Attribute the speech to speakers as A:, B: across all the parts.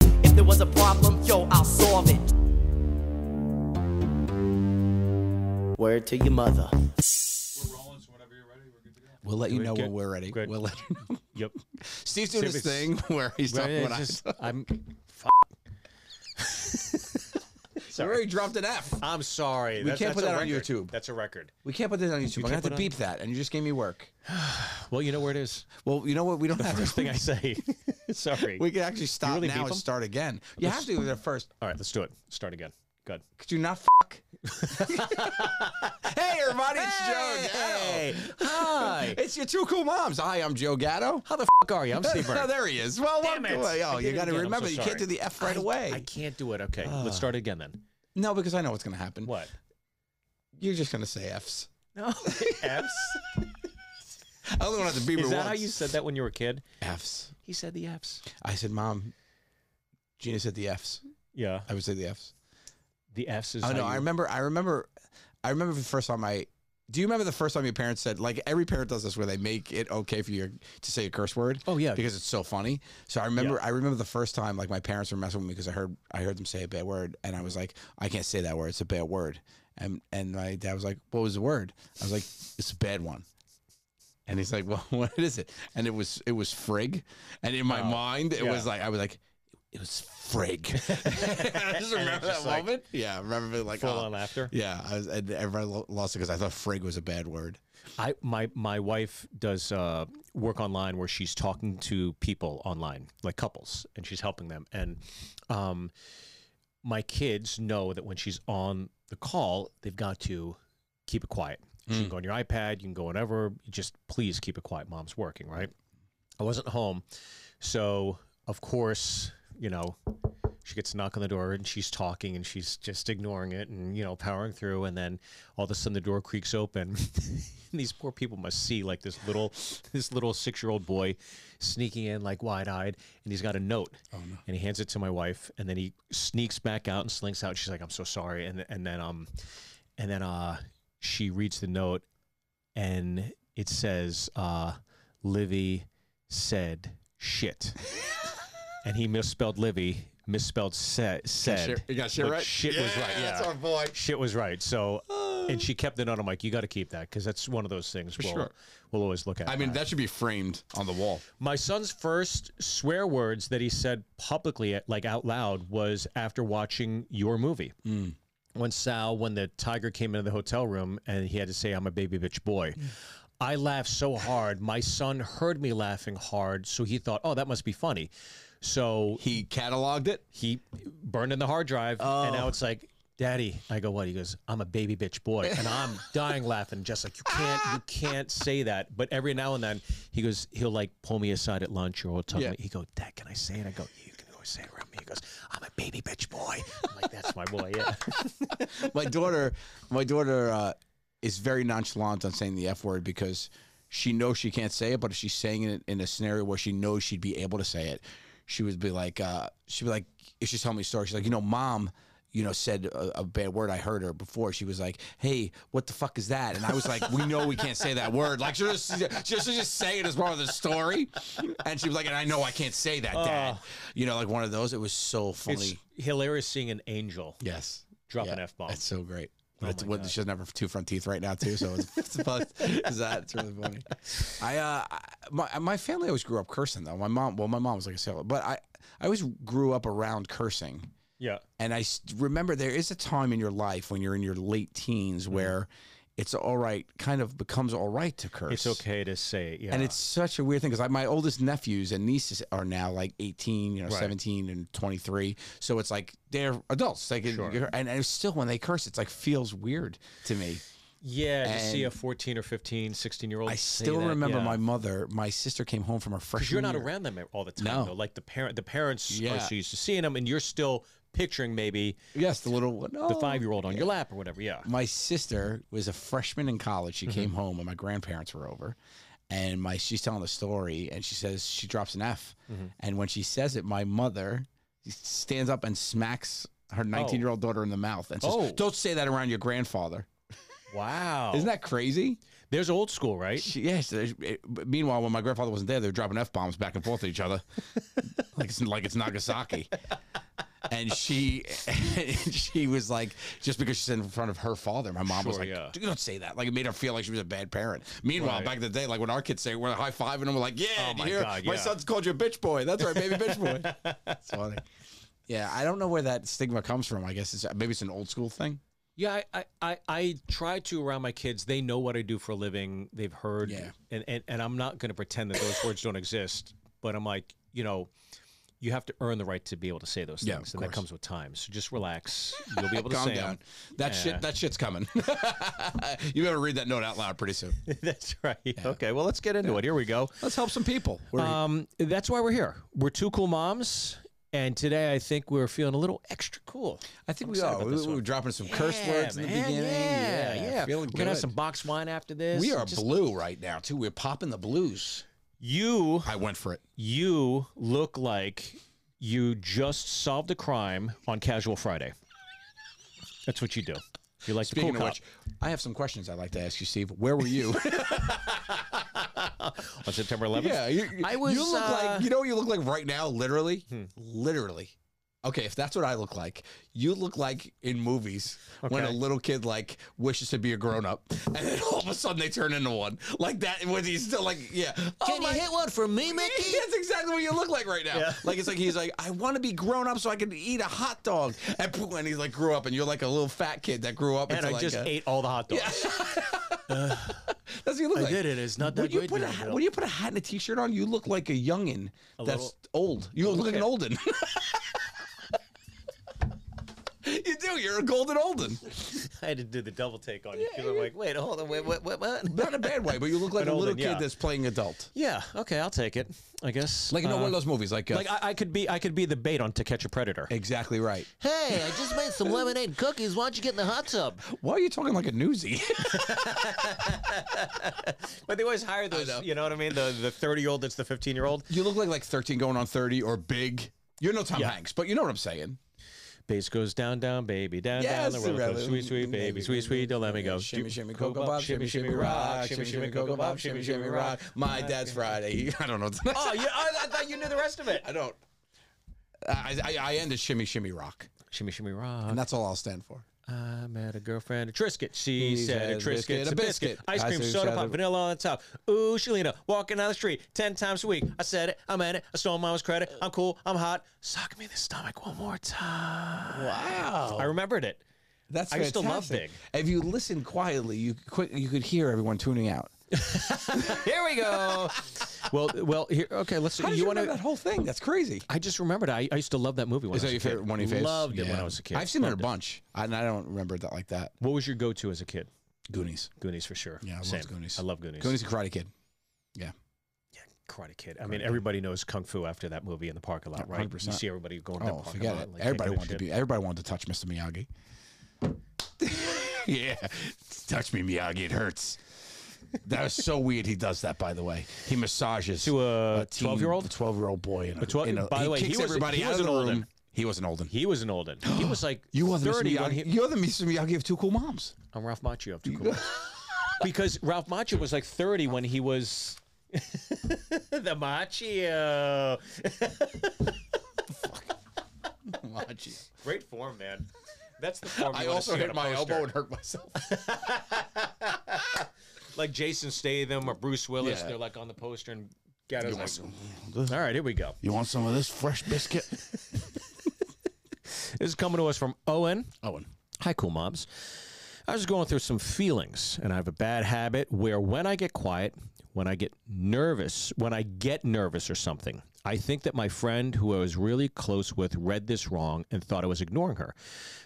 A: there was a problem, yo, I'll solve it. Word to your mother.
B: We're rolling, so whenever you're ready, we're good to go.
C: We'll let Uh, you know
D: Good.
C: when we're ready.
D: Good.
C: We'll let you know.
D: Yep.
C: Steve's doing his
D: Typically-
C: thing where he's
D: Well,
C: talking
D: it's
C: when I-
D: just- I'm.
C: You already dropped an F.
D: I'm sorry. We
C: can't put that on YouTube.
D: That's a record.
C: We can't put this on YouTube.
D: can't
C: I'm gonna have to
D: put it
C: beep that, and you just gave me work.
D: Well, you know where it is.
C: Well, you know what? We don't have
D: First
C: to.
D: thing I say. sorry.
C: We can actually stop
D: really beep
C: now and
D: 'em?
C: start again. You have to do that first.
D: All right, let's do it. Start again. Good.
C: Could you not fuck? hey, everybody! It's Joe Gatto.
D: Hi.
C: It's your two cool moms. Hi, I'm Joe Gatto.
D: How the f- are you? I'm Steve
C: Oh,
D: Burns.
C: there he is. Well,
D: Damn
C: welcome.
D: it. I
C: Oh,
D: did
C: you
D: it
C: got to
D: again. I'm
C: remember,
D: so
C: you can't
D: sorry.
C: do the F right
D: I-
C: away.
D: I can't do it. Okay, let's start again then.
C: No, because I know what's going to happen.
D: What?
C: You're just going to say Fs.
D: No. F's?
C: I only want to beep it
D: Is that how
C: once.
D: you said that when you were a kid?
C: Fs.
D: He said the F's.
C: I said, Mom, Gina said the Fs.
D: Yeah.
C: I would say the Fs.
D: The F's is
C: Oh
D: how
C: no,
D: you-
C: I remember. I remember. I remember the first time I. Do you remember the first time your parents said like every parent does this where they make it okay for you to say a curse word?
D: Oh, yeah.
C: because it's so funny. So I remember.
D: Yeah.
C: I remember the first time like my parents were messing with me because I heard I heard them say a bad word and I was like I can't say that word. It's a bad word. And and my dad was like, what was the word? I was like, it's a bad one. And he's like, well, what is it? And it was it was frig. And in my mind, it
D: Oh, yeah.
C: was like I was like. It was frig. I just remember that
D: just like-
C: moment. Yeah, I remember being like,
D: Full
C: oh.
D: on laughter.
C: Yeah, I was, and everybody lo- lost it because I thought frig was a bad word.
D: I my my wife does uh, work online where she's talking to people online, like couples, and she's helping them. And um, my kids know that when she's on the call, they've got to keep it quiet. She can go on your iPad, you can go whenever. You just please keep it quiet. Mom's working, right? I wasn't home, so of course, you know, she gets a knock on the door and she's talking and she's just ignoring it and you know powering through and then all of a sudden the door creaks open and these poor people must see like this little this little six year old boy sneaking in like wide eyed and he's got a note
C: Oh,
D: and he hands it to my wife and then he sneaks back out and slinks out she's like I'm so sorry and and then um and then uh she reads the note and it says uh Livy said shit and he misspelled Livy, misspelled said. said.
C: shit- you got shit
D: but
C: right?
D: Shit was right. Yeah,
C: boy.
D: shit was right. So, and she kept it on. I'm like, you got to keep that because that's one of those things we'll,
C: sure.
D: we'll always look at.
C: I mean, that should be framed on the wall.
D: my son's first swear words that he said publicly, like out loud, was after watching your movie. When Sal, when the tiger came into the hotel room and he had to say, I'm a baby bitch boy. I laughed so hard. My son heard me laughing hard. So he thought, oh, that must be funny. So
C: He cataloged it.
D: he burned in the hard drive, and
C: Oh.
D: now it's like, Daddy, I go, what? He goes, I'm a baby bitch boy, and I'm dying laughing, just like you can't, you can't say that. But every now and then, he goes, he'll like pull me aside at lunch or he'll tell
C: Yeah.
D: me, he go, Dad, can I say it? I go, you can go say it around me. He goes, I'm a baby bitch boy. I'm like, that's my boy, yeah.
C: my daughter, my daughter uh, is very nonchalant on saying the f word because she knows she can't say it, but if she's saying it in a scenario where she knows she'd be able to say it, she would be like, uh, she'd be like, if she's telling me a story, she's like, you know, mom. You know, said a, a bad word. I heard her before. She was like, "Hey, what the fuck is that?" And I was like, "We know we can't say that word." Like, she just, she just, just say it as part of the story. And she was like, "And I know I can't say that, Dad." you know, like one of those. It was so funny.
D: It's hilarious seeing an angel
C: yes,
D: drop an
C: yeah,
D: F bomb.
C: That's so great. That's what she doesn't have her two front teeth right now too, so it's, it's about is that it's really funny. I uh I- my my family always grew up cursing though. My mom, well, my mom was like a sailor, but I I always grew up around cursing.
D: Yeah.
C: And I s- remember there is a time in your life when you're in your late teens where it's all right, kind of becomes all right to curse.
D: It's okay to say it. Yeah.
C: And it's such a weird thing because my oldest nephews and nieces are now like 18, you know,
D: Right.
C: 17 and 23. So it's like they're adults. Like, it-
D: Sure.
C: and, and still when they curse, it's like feels weird to me.
D: yeah, to see
C: and-
D: a 14 or 15, 16 year old.
C: I still remember my mother, my sister came home from her
D: Because
C: freshman
D: you're not
C: year.
D: around them all the time,
C: No.
D: though. Like the parent, the parents are
C: Yeah.
D: so used to seeing them, and you're still picturing maybe
C: Yes, the little one.
D: the
C: Oh.
D: five year old on your lap or whatever. Yeah,
C: my sister was a freshman in college. She came home when my grandparents were over, and my she's telling the story, and she says she drops an F, and when she says it, my mother stands up and smacks her 19 year old daughter in the mouth and says,
D: Oh.
C: "Don't say that around your grandfather."
D: wow.
C: Isn't that crazy?
D: There's old school, right?
C: She, yes. there's- it- but Meanwhile, when my grandfather wasn't there, they were dropping f bombs back and forth at each other, like it's like it's Nagasaki. and she and she was like, just because she said in front of her father, my mom was
D: Sure,
C: like,
D: yeah.
C: "Dude, don't say that." Like it made her feel like she was a bad parent. Meanwhile,
D: Right.
C: back in the day, like when our kids say, it, we're high five and we're like, "Yeah,
D: Oh
C: did you
D: my
C: hear?
D: God,
C: my
D: yeah.
C: son's called you a bitch boy." That's right, baby bitch boy. It's funny. Yeah, I don't know where that stigma comes from. I guess it's maybe it's an old school thing.
D: Yeah, I, I, I, I try to around my kids. They know what I do for a living. They've heard,
C: Yeah.
D: and, and, and I'm not going to pretend that those words don't exist. But I'm like, you know, you have to earn the right to be able to say those things,
C: Yeah,
D: and
C: of
D: that
C: course.
D: comes with time. So just relax. You'll be able to
C: Calm
D: say
C: down.
D: 'em.
C: That
D: Yeah.
C: shit. That shit's coming. you better read that note out loud pretty soon.
D: That's right. Okay, well, let's get into it. Here we go.
C: Let's help some people. We're-
D: Um, that's why we're here. We're two cool moms, and today I think we're feeling a little extra cool.
C: I think
D: I'm
C: we
D: excited
C: are.
D: about
C: We,
D: this
C: we were
D: one.
C: dropping some curse words in the
D: man,
C: beginning.
D: Yeah, yeah. we're
C: Feeling good.
D: gonna have some box wine after this.
C: we are
D: Just-
C: blue right now too. We're popping the blues.
D: you
C: I went for it.
D: you look like you just solved a crime on Casual Friday. That's what you do. You're like
C: Speaking
D: the cool
C: of which, I have some questions I'd like to ask you, Steve. Where were you?
D: cop on September 11th.
C: you, you-
D: I was,
C: You look
D: uh,
C: like you know what you look like right now. Literally,
D: Hmm.
C: literally. Okay, if that's what I look like, you look like in movies when a
D: Okay.
C: little kid like wishes to be a grown up, and then all of a sudden they turn into one like that. When he's still like, yeah, Oh can
D: one for me,
C: That's exactly what you look like right now.
D: Yeah.
C: Like it's like he's like, I want to be grown up so I can eat a hot dog. And poof, and he's like, grew up, and you're like a little fat kid that grew up.
D: And
C: into
D: I
C: like
D: just
C: a-
D: ate all the hot dogs.
C: That's what you look
D: I
C: like.
D: did it. It's not that
C: When you
D: great
C: put a
D: being
C: ha-
D: built.
C: when you put a hat and a t-shirt on, you look like a youngin that's
D: little-
C: old. You look like an olden. you do. You're a golden olden.
D: I had to do the double take on you because I'm like, wait, hold on, wait, what, what, what?
C: Not in a bad way, but you look like
D: An
C: a little
D: olden,
C: kid
D: yeah.
C: that's playing adult.
D: Yeah, okay, I'll take it. I guess.
C: Like you know
D: Uh,
C: one of those movies, like, uh,
D: like I, I could be, I could be the bait on To Catch a Predator.
C: exactly right.
D: Hey, I just made some lemonade cookies. Why don't you get in the hot tub?
C: Why are you talking like a newsie?
D: But they always hire those.
C: know.
D: You know what I mean? The the thirty year old that's the fifteen year old.
C: You look like like 13 going on 30 or big. You're no Tom
D: Yeah.
C: Hanks, but you know what I'm saying.
D: Bass goes down, down, baby, down, down
C: Yes,
D: the roller coaster.
C: rather-
D: Sweet, sweet, baby,
C: baby,
D: sweet, sweet, don't let me go.
C: Shimmy,
D: Do-
C: shimmy, cocoa pop, shimmy, shimmy, rock, shimmy, shimmy, cocoa pop, shimmy, shimmy, rock. My dad's Friday. I don't know.
D: Oh, yeah, I, I thought you knew the rest of it.
C: I don't. I, I, I end as shimmy, shimmy, rock,
D: Shimmy, shimmy, rock.
C: and that's all I'll stand for.
D: I met a girlfriend, a Trisket. She
C: He
D: said a
C: said
D: Trisket, a biscuit. Ice cream, soda pop, vanilla on the top. Ooh, Shalina, walking down the street 10 times a week. I said it, I'm at it, I stole mama's credit. I'm cool, I'm hot. Suck me in the stomach one more time.
C: Wow,
D: I remembered it.
C: that's
D: I used to love
C: fantastic. If you listen quietly, you quick, you could hear everyone tuning out.
D: Here we go. well, well, here, okay, let's
C: How did you,
D: wanna-
C: remember that whole thing? That's crazy.
D: I just remembered. I, I used to love that movie. When
C: Is
D: I was
C: that your
D: a kid.
C: favorite one? You face?
D: Loved it when I was a kid.
C: I've seen it a
D: Loved
C: bunch, and I don't remember that like that.
D: What was your go-to as a kid?
C: Goonies.
D: Goonies for sure.
C: Yeah, I loved
D: Same.
C: Goonies.
D: I love Goonies.
C: Goonies and Karate Kid.
D: Karate Kid. I mean, everybody knows Kung Fu after that movie in the parking lot, right? You
C: 100%.
D: see everybody going. to
C: Oh,
D: that parking
C: forget
D: lot,
C: it.
D: like, kicking
C: everybody
D: their
C: wanted to
D: shit.
C: be. Everybody wanted to touch Mr. Miyagi. yeah, touch me, Miyagi. It hurts. That was so weird. He does that, by the way. He massages
D: To a
C: teen-
D: 12-year-old?
C: a twelve-year-old boy. In a,
D: 12
C: in a-
D: by the way, he
C: kicks
D: was-
C: everybody
D: he
C: out
D: was
C: of
D: an
C: the room.
D: olden.
C: He was an olden.
D: He was an old one. He was like
C: You are the Mr.
D: thirty when
C: Miyagi.
D: he.
C: You're the Mr. Miyagi of two cool moms.
D: I'm Ralph Macchio. of Two Cool Moms. because Ralph Macchio was like thirty when he was. the Macchio. Great form, man. That's the form. Oh, you
C: I
D: wanna
C: also
D: see on
C: hit
D: a
C: my
D: poster.
C: elbow and hurt myself.
D: like Jason Statham or Bruce Willis.
C: Yeah.
D: They're like on the poster and Gatto's like, all right, here we go.
C: You want some of this fresh biscuit?
D: This is coming to us from Owen.
C: Owen.
D: Hi, cool moms. I was going through some feelings, and I have a bad habit where when I get quiet, when I get nervous, when I get nervous or something, I think that my friend who I was really close with read this wrong and thought I was ignoring her.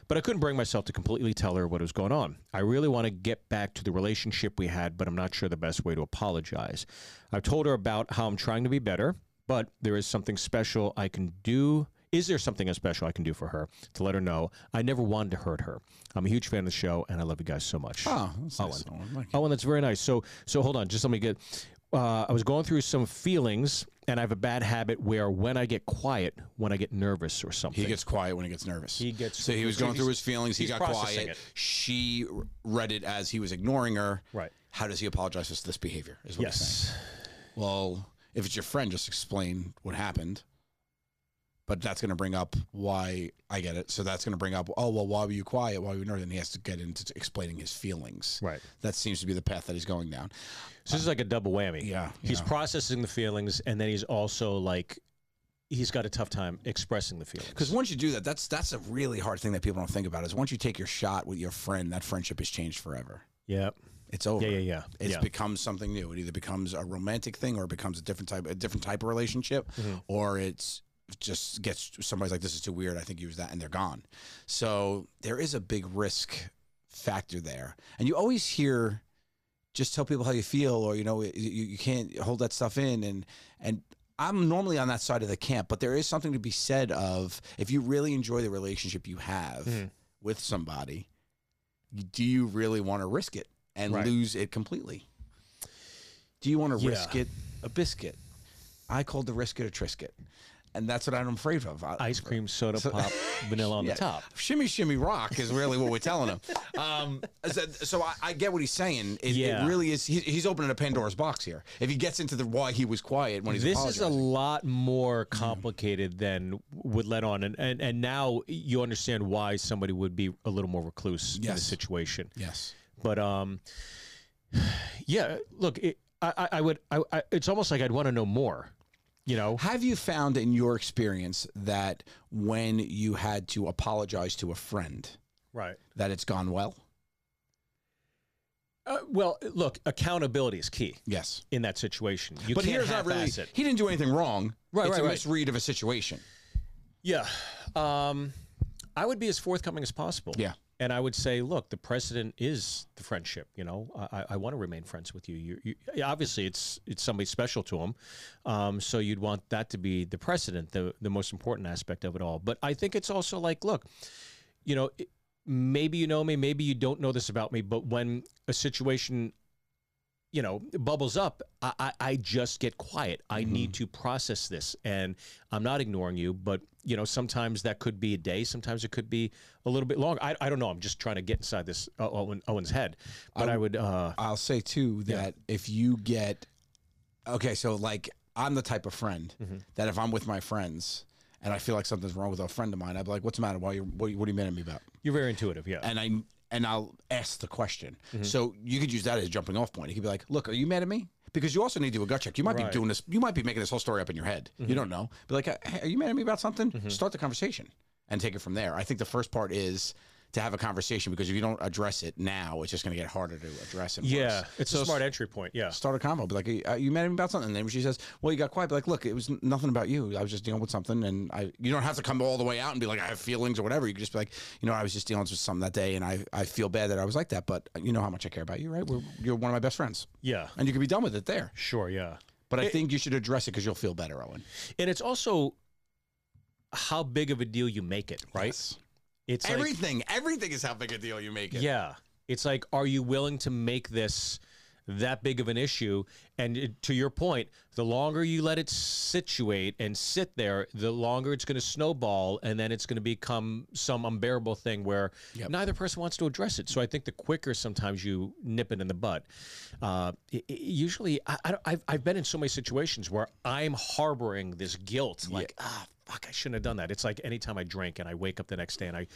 D: But I couldn't bring myself to completely tell her what was going on. I really want to get back to the relationship we had, but I'm not sure the best way to apologize. I've told her about how I'm trying to be better, but there is something special I can do. Is there something special I can do for her to let her know I never wanted to hurt her? I'm a huge fan of the show, and I love you guys so much.
C: Oh, that's nice, Owen. Like-
D: Oh, and that's very nice. So, so hold on, just let me get. Uh, I was going through some feelings, and I have a bad habit where when I get quiet, when I get nervous or something,
C: He gets quiet when he gets nervous.
D: He gets-
C: So he was going through his feelings. He
D: he's
C: got
D: processing
C: quiet.
D: it.
C: She r- read it as he was ignoring her.
D: Right.
C: How does he apologize for this behavior? Is what he's saying.
D: yes,
C: Well, if it's your friend, just explain what happened. but that's going to bring up why I get it. So that's going to bring up, oh well, why were you quiet? Why were you nervous? And he has to get into t- explaining his feelings.
D: Right.
C: That seems to be the path that he's going down.
D: So this is like a double whammy.
C: yeah,
D: He's
C: yeah.
D: processing the feelings and then he's also like he's got a tough time expressing the feelings.
C: Because once you do that, that's that's a really hard thing that people don't think about. Is once you take your shot with your friend, that friendship is changed forever.
D: yeah.
C: It's over.
D: Yeah, yeah, yeah.
C: It
D: Yeah.
C: becomes something new. It either becomes a romantic thing, or it becomes a different type, a different type of relationship, or it's just gets somebody's like, "This is too weird." I think use that, and they're gone. So there is a big risk factor there, and you always hear, "Just tell people how you feel," or you know, you, you can't hold that stuff in, and and. I'm normally on that side of the camp, but there is something to be said of if you really enjoy the relationship you have
D: Mm-hmm.
C: with somebody, do you really want to risk it and
D: Right.
C: lose it completely? Do you want to
D: Yeah.
C: risk it a biscuit? I called the risk it a trisket, and that's what I'm afraid of. I-
D: Ice cream, soda pop, vanilla on
C: yeah.
D: the top.
C: Shimmy, shimmy, rock is really what we're telling him. Um, so so I, I get what he's saying. It,
D: Yeah.
C: it really is. He, he's opening a Pandora's box here. If he gets into the why he was quiet when he's
D: This is a
C: apologizing.
D: lot more
C: Mm-hmm.
D: complicated than would let on, and, and and now you understand why somebody would be a little more recluse in
C: Yes.
D: this situation.
C: yes.
D: But um, yeah. Look, it, I, I I would. I, I it's almost like I'd want to know more. You know.
C: Have you found in your experience that when you had to apologize to a friend,
D: Right.
C: that it's gone well?
D: Uh, well, look, accountability is key
C: Yes.
D: in that situation. You
C: but
D: can't
C: here's not
D: half-ass
C: really.
D: it.
C: He didn't do anything wrong.
D: Right,
C: It's
D: right,
C: a
D: right.
C: misread of a situation.
D: Yeah. Um, I would be as forthcoming as possible.
C: Yeah.
D: And I would say, look, the precedent is the friendship. You know, I, I- I want to remain friends with you. You, you. yeah, Obviously, it's it's somebody special to them, um, so you'd want that to be the precedent, the the most important aspect of it all. But I think it's also like, look, you know, it- maybe you know me, maybe you don't know this about me, but when a situation you know bubbles up i i, I just get quiet i need to process this and i'm not ignoring you but you know sometimes that could be a day sometimes it could be a little bit longer i, I don't know i'm just trying to get inside this uh, Owen, owen's head but i, would uh
C: I'll say too that if you get okay, so like I'm the type of friend that if I'm with my friends and I feel like something's wrong with a friend of mine, I'd be like, "What's the matter? Why you? What, are you- what are you mad at me about?"
D: you're very intuitive yeah Mm-hmm.
C: And I and I'll ask the question. So you could use that as a jumping off point. You could be like, "Look, are you mad at me?" Because you also need to do a gut check. You might be
D: Right. Mm-hmm.
C: doing this. You might be making this whole story up in your head. You don't know. Be like, hey, "Are you mad at me about something?" Start the conversation and take it from there. I think the first part is. To have a conversation because if you don't address it now, it's just going to get harder to address. And
D: yeah
C: worse.
D: it's a smart entry point yeah
C: start a convo. Be like, "Hey, uh, you mad at me about something? And then she says, well, you got quiet. Be like, look, it was n- nothing about you. I was just dealing with something. And I, you don't have to come all the way out and be like, I have feelings or whatever. You can just be like, you know, I was just dealing with something that day and I, I feel bad that I was like that. But you know how much I care about you, right? We're, you're one of my best friends.
D: yeah
C: And you can be done with it there.
D: sure yeah
C: But I think you should address it because you'll feel better, Owen.
D: and it's also how big of a deal you make it right
C: Yes.
D: it's like-
C: everything, everything is how big a deal you make it.
D: Yeah. It's like, are you willing to make this that big of an issue? And it, to your point, the longer you let it situate and sit there, the longer it's going to snowball. And then it's going to become some unbearable thing where
C: Yep.
D: neither person wants to address it. So I think the quicker sometimes you nip it in the bud. Uh, i- i- usually, I, I, don't- I've, I've been in so many situations where I'm harboring this guilt, like, ah, fuck, I shouldn't have done that. It's like anytime I drink and I wake up the next day and I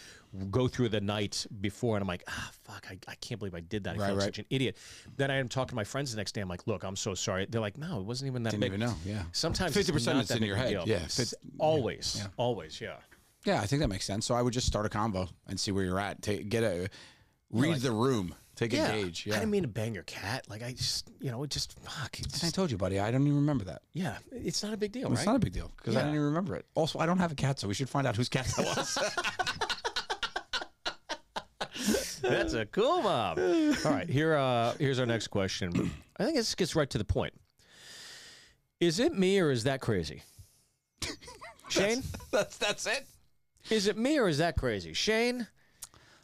D: go through the night before and I'm like, ah, fuck, I, I can't believe I did that. I
C: Right,
D: feel like
C: right.
D: such an idiot. Then I am talking to my friends the next day. I'm like, look, I'm so sorry. They're like, no, it wasn't even that
C: Didn't
D: big.
C: even know. Yeah.
D: Sometimes
C: 50%
D: 50%
C: it's in your head. Yeah, fif-
D: Always. Always. Yeah.
C: Yeah, I think that makes sense. So I would just start a convo and see where you're at. Take, get a, read the room. Take a gauge.
D: I
C: Yeah.
D: didn't mean to bang your cat. Like I just, you know, it just fuck. It
C: I
D: just,
C: told you, buddy. I don't even remember that.
D: yeah, it's not a big deal,
C: It's
D: right?
C: not a big deal because I
D: Yeah.
C: didn't even remember it. Also, I don't have a cat, so we should find out whose cat that was.
D: That's a cool mom. All right, here, uh, here's our next question. I think this gets right to the point. Is it me or is that crazy? Shane,
C: that's that's it.
D: is it me or is that crazy? Shane,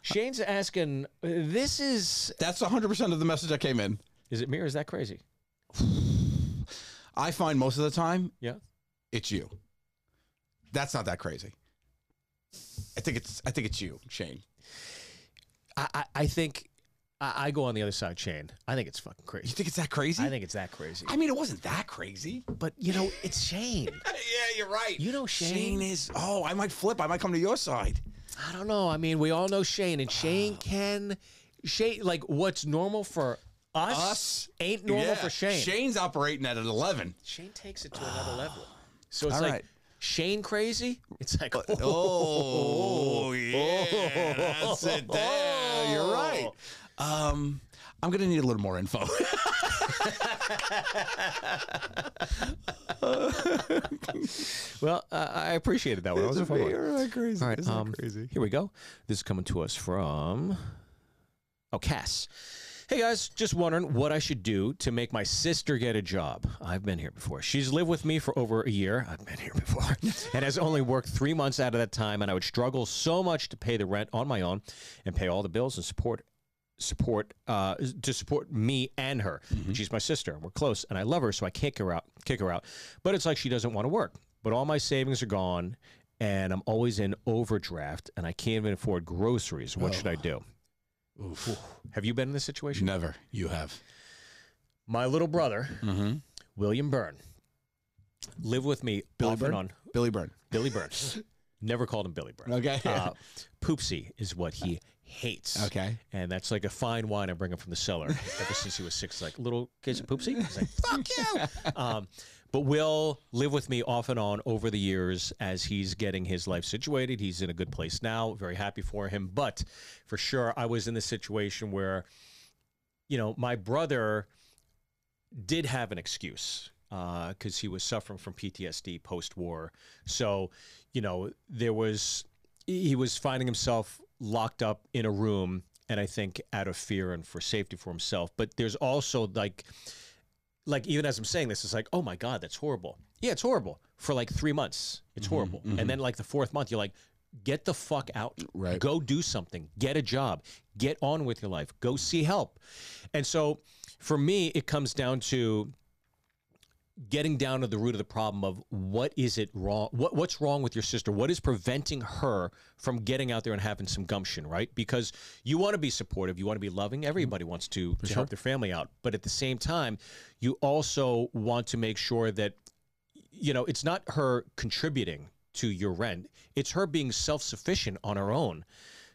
D: Shane's asking. This is.
C: That's 100 percent of the message that came in.
D: Is it me or is that crazy?
C: I find most of the time
D: Yeah.
C: it's you. That's not that crazy. I think it's I think it's you, Shane.
D: I, I, I think I, I go on the other side, Shane. I think it's fucking crazy.
C: You think it's that crazy?
D: I think it's that crazy.
C: I mean, it wasn't that crazy.
D: But you know, it's Shane.
C: yeah, you're right.
D: You know Shane.
C: Shane is. Oh, I might flip. I might come to your side.
D: I don't know. I mean, we all know Shane, and Shane can Shane like what's normal for us,
C: Us?
D: ain't normal
C: Yeah.
D: for Shane.
C: Shane's operating at an 11.
D: Shane takes it to another level. So it's
C: Ah. All
D: like
C: right.
D: Shane crazy. It's like
C: Oh, yeah. That's it. Damn, you're right. Um, I'm going to need a little more info.
D: Well, uh, I appreciated that one. That was a fun one.
C: crazy.
D: All right, um, Here we go. This is coming to us from oh Cass. Hey guys, just wondering what I should do to make my sister get a job. I've been here before. She's lived with me for over a year. I've been here before, and has only worked three months out of that time. And I would struggle so much to pay the rent on my own and pay all the bills and support support uh, to support me and her.
C: Mm-hmm.
D: She's my sister, and we're close, and I love her, so I kick her out, kick her out. But it's like she doesn't want to work. But all my savings are gone, and I'm always in overdraft, and I can't even afford groceries.
C: Oh.
D: What should I do? Oof. Have you been in this situation?
C: Never. You have.
D: My little brother,
C: Mm-hmm.
D: William Byrne, lived with me
C: Billy
D: off
C: Byrne?
D: and on.
C: Billy Byrne.
D: Billy Byrne. Never called him Billy Byrne.
C: Okay.
D: Uh, Poopsie is what he hates.
C: Okay.
D: And that's like a fine wine I bring up from the cellar ever since he was six. Like little kids of poopsie. He's like, fuck you. Um, but Will live with me off and on over the years as he's getting his life situated. He's in a good place now. Very happy for him. But for sure, I was in the situation where, you know, my brother did have an excuse because he was suffering from PTSD post war. So, you know, there was, he was finding himself locked up in a room. And I think out of fear and for safety for himself. But there's also like, like even as I'm saying this, it's like, oh my God, that's horrible. Yeah, it's horrible for like three months. It's horrible. And then like the fourth month, you're like, get the fuck out.
C: Right.
D: Go do something. Get a job. Get on with your life. Go see help. And so for me, it comes down to getting down to the root of the problem of what is it wrong what what's wrong with your sister what is preventing her from getting out there and having some gumption right because you want to be supportive you want to be loving everybody wants to, to help their family out but at the same time you also want to make sure that you know it's not her contributing to your rent it's her being self-sufficient on her own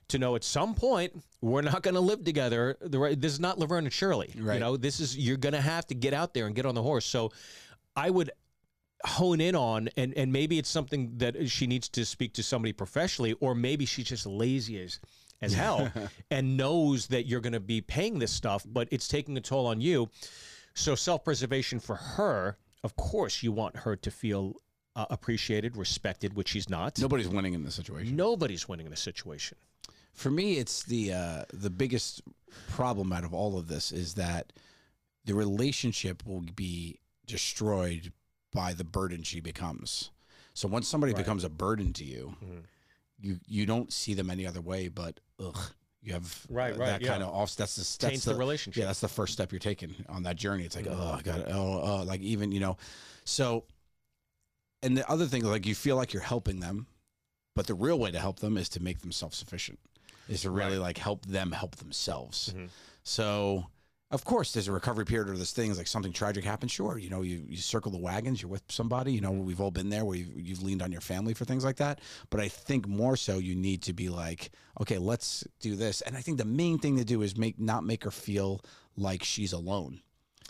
D: to know at some point we're not going to live together the right this is not laverne and shirley you
C: Right.
D: know this is you're going to have to get out there and get on the horse so i would hone in on and and maybe it's something that she needs to speak to somebody professionally or maybe she's just lazy as as hell and knows that you're going to be paying this stuff but it's taking a toll on you so self-preservation for her of course you want her to feel uh, appreciated respected which she's not
C: Nobody's winning in this situation.
D: nobody's winning in this situation
C: For me, it's the uh, the biggest problem out of all of this is that the relationship will be destroyed by the burden she becomes. So once somebody
D: Right.
C: becomes a burden to you,
D: Mhm.
C: you you don't see them any other way. But ugh, you have
D: Right,
C: uh,
D: right,
C: that
D: yeah.
C: kind of off. That's the that's
D: Taints the relationship. Mm-hmm.
C: Yeah, that's the first step you're taking on that journey. It's like oh, I got it. Oh, oh, like even you know, so. And the other thing, like you feel like you're helping them, but the real way to help them is to make them self sufficient, is to really like help them help themselves.
D: Mm-hmm.
C: So, of course, there's a recovery period or there's things like something tragic happens. Sure, you know, you, you circle the wagons, you're with somebody, you know,
D: Mm-hmm.
C: we've all been there where you've, you've leaned on your family for things like that. But I think more so you need to be like, okay, let's do this. And I think the main thing to do is make not make her feel like she's alone.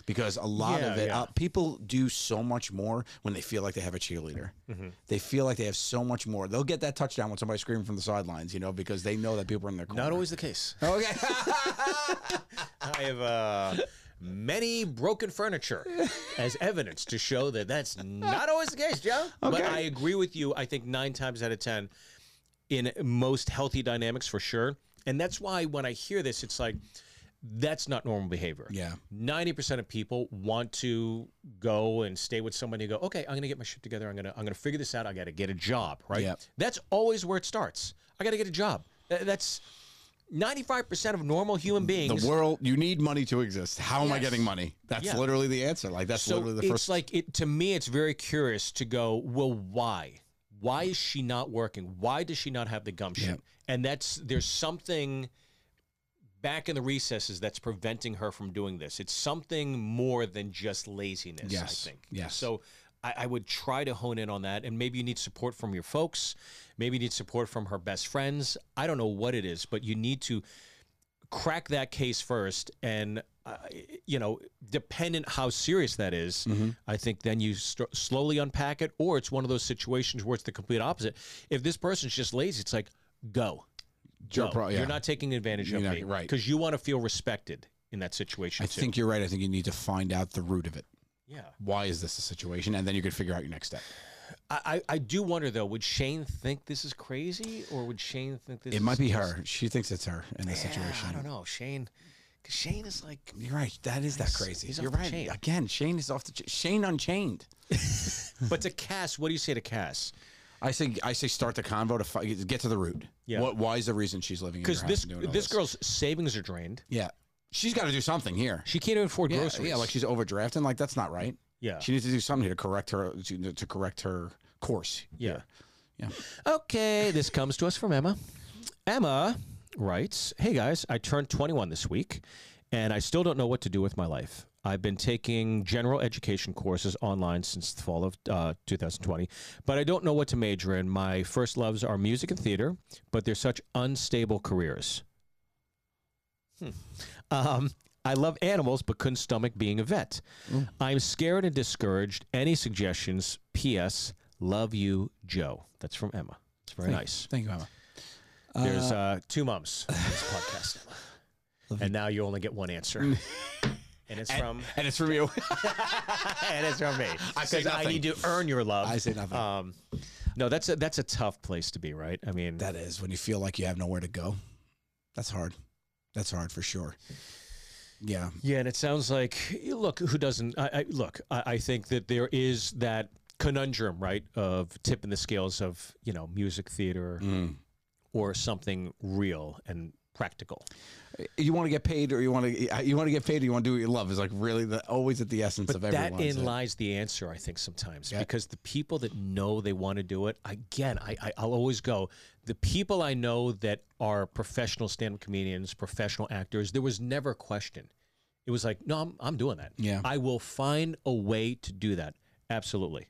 C: Because a lot
D: Yeah,
C: of it,
D: yeah.
C: uh, people do so much more when they feel like they have a cheerleader.
D: Mm-hmm.
C: They feel like they have so much more. They'll get that touchdown when somebody's screaming from the sidelines, you know, because they know that people are in their corner.
D: not always the case
C: Okay.
D: I have uh, many broken furniture as evidence to show that that's not always the case, Joe. But
C: Okay.
D: I agree with you. I think nine times out of 10 in most healthy dynamics for sure. And that's why when I hear this, it's like, that's not normal behavior.
C: yeah.
D: 90% of people want to go and stay with somebody and go, okay, I'm going to get my shit together. I'm going to, I'm going to figure this out. I got to get a job, right?
C: Yep.
D: That's always where it starts. I got to get a job. Th- That's 95% of normal human beings.
C: The world, you need money to exist. How am I
D: Yes.
C: getting money? That's
D: Yeah.
C: literally the answer. Like, that's
D: so
C: literally
D: it's
C: the first.
D: like it to me it's very curious to go well why why is she not working why does she not have the gumption
C: Yep.
D: and that's there's something back in the recesses that's preventing her from doing this. It's something more than just laziness,
C: Yes,
D: I think.
C: yes.
D: So I, I would try to hone in on that. And maybe you need support from your folks. Maybe you need support from her best friends. I don't know what it is, but you need to crack that case first. And, uh, you know, dependent how serious that is,
C: Mm-hmm.
D: I think then you st- slowly unpack it. Or it's one of those situations where it's the complete opposite. If this person's just lazy, it's like, go.
C: Your
D: No,
C: pro- yeah.
D: You're not taking advantage
C: You're
D: of
C: not-
D: me,
C: right.
D: Because you want to feel respected in that situation.
C: I
D: too.
C: think you're right. I think you need to find out the root of it.
D: Yeah.
C: Why is this a situation? And then you can figure out your next step.
D: I, I, I do wonder though. Would Shane think this is crazy, or would Shane think this?
C: It
D: is
C: might be
D: just-
C: her. She thinks it's her in this
D: Yeah,
C: situation.
D: I don't know, Shane. 'cause Shane is like
C: You're right. That is that
D: He's-
C: crazy.
D: he's off
C: You're
D: the
C: right.
D: chain.
C: Again, Shane is off the ch- Shane unchained.
D: But to Cass, what do you say to Cass?
C: I say I say start the convo to fi- get to the root.
D: Yeah.
C: What? Why is the reason she's living?
D: Because this
C: doing all
D: this girl's savings are drained.
C: Yeah. She's got to do something here.
D: She can't even afford
C: Yeah,
D: groceries.
C: yeah, like she's overdrafting. Like that's not right.
D: yeah.
C: She needs to do something here to correct her to, to correct her course.
D: Yeah.
C: Yeah.
D: Okay, this comes to us from Emma. Emma writes Hey guys, I turned 21 this week and I still don't know what to do with my life. I've been taking general education courses online since the fall of uh, 2020, but I don't know what to major in. My first loves are music and theater, but they're such unstable careers. Hmm. Um, I love animals, but couldn't stomach being a vet. I'm scared and discouraged. Any suggestions? P.S. Love you, Joe. That's from Emma. It's very nice.
C: Thank you, Emma.
D: There's uh, two moms on this podcast, Emma. and now you only get one answer, and it's from
C: Uh, And it's from you.
D: and it's from me
C: I say
D: because I
C: nothing.
D: need to earn your love.
C: I say nothing.
D: Um, no, that's a that's a tough place to be, right? I mean,
C: that is when you feel like you have nowhere to go. That's hard. That's hard for sure. Yeah.
D: Yeah, and it sounds like look who doesn't. I, I look. I, I think that there is that conundrum, right, of tipping the scales of you know music, theater,
C: Mm.
D: or something real and practical.
C: You want to get paid, or you want to you want to get paid, or you want to do what you love. Is like really the always at the essence of everyone.
D: that in lies the answer, I think, sometimes
C: Yeah.
D: because the people that know they want to do it. Again, I, I I'll always go the people I know that are professional stand-up comedians, professional actors. There was never a question. It was like, no, I'm I'm doing that.
C: Yeah.
D: I will find a way to do that. Absolutely.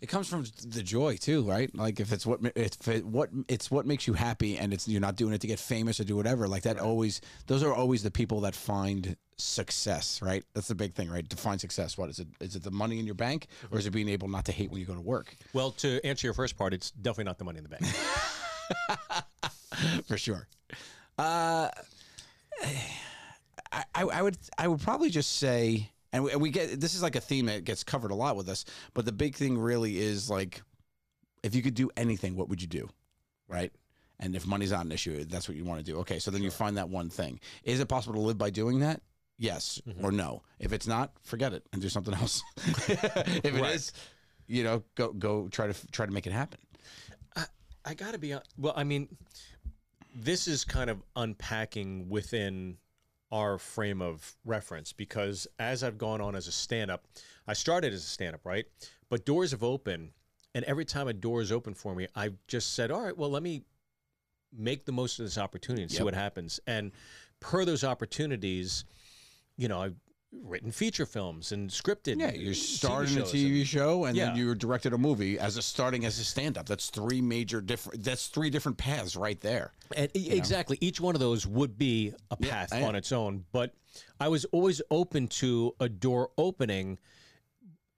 C: It comes from the joy too, right? Like if it's what it's if it, what it's what makes you happy, and it's you're not doing it to get famous or do whatever. Like that always, those are always the people that find success, right? That's the big thing, right? To find success, what is it? Is it the money in your bank, or is it being able not to hate when you go to work?
D: Well, to answer your first part, it's definitely not the money in the bank.
C: For sure. Uh, I, I I would I would probably just say, and we, and we get this is like a theme that gets covered a lot with us, but the big thing really is like, if you could do anything, what would you do, right? And if money's not an issue, that's what you want to do. Okay, so then you find that one thing. Is it possible to live by doing that? Yes or no. If it's not, forget it and do something else. if it is,
D: Right.
C: you know, go go try to try to make it happen.
D: I gotta be hon- well. I mean, this is kind of unpacking within our frame of reference because as I've gone on as a stand-up, I started as a stand-up, right? But doors have opened, and every time a door is open for me, I've just said, "All right, well, let me make the most of this opportunity and see
C: Yep.
D: what happens." And per those opportunities, you know, I've written feature films and scripted.
C: Yeah, you're
D: TV
C: starting a
D: shows and-
C: TV show, and
D: Yeah.
C: then you directed a movie as a starting as a stand-up. That's three major different. That's three different paths right there.
D: And e- exactly, each one of those would be a
C: Yeah,
D: path
C: I-
D: on its own. But I was always open to a door opening.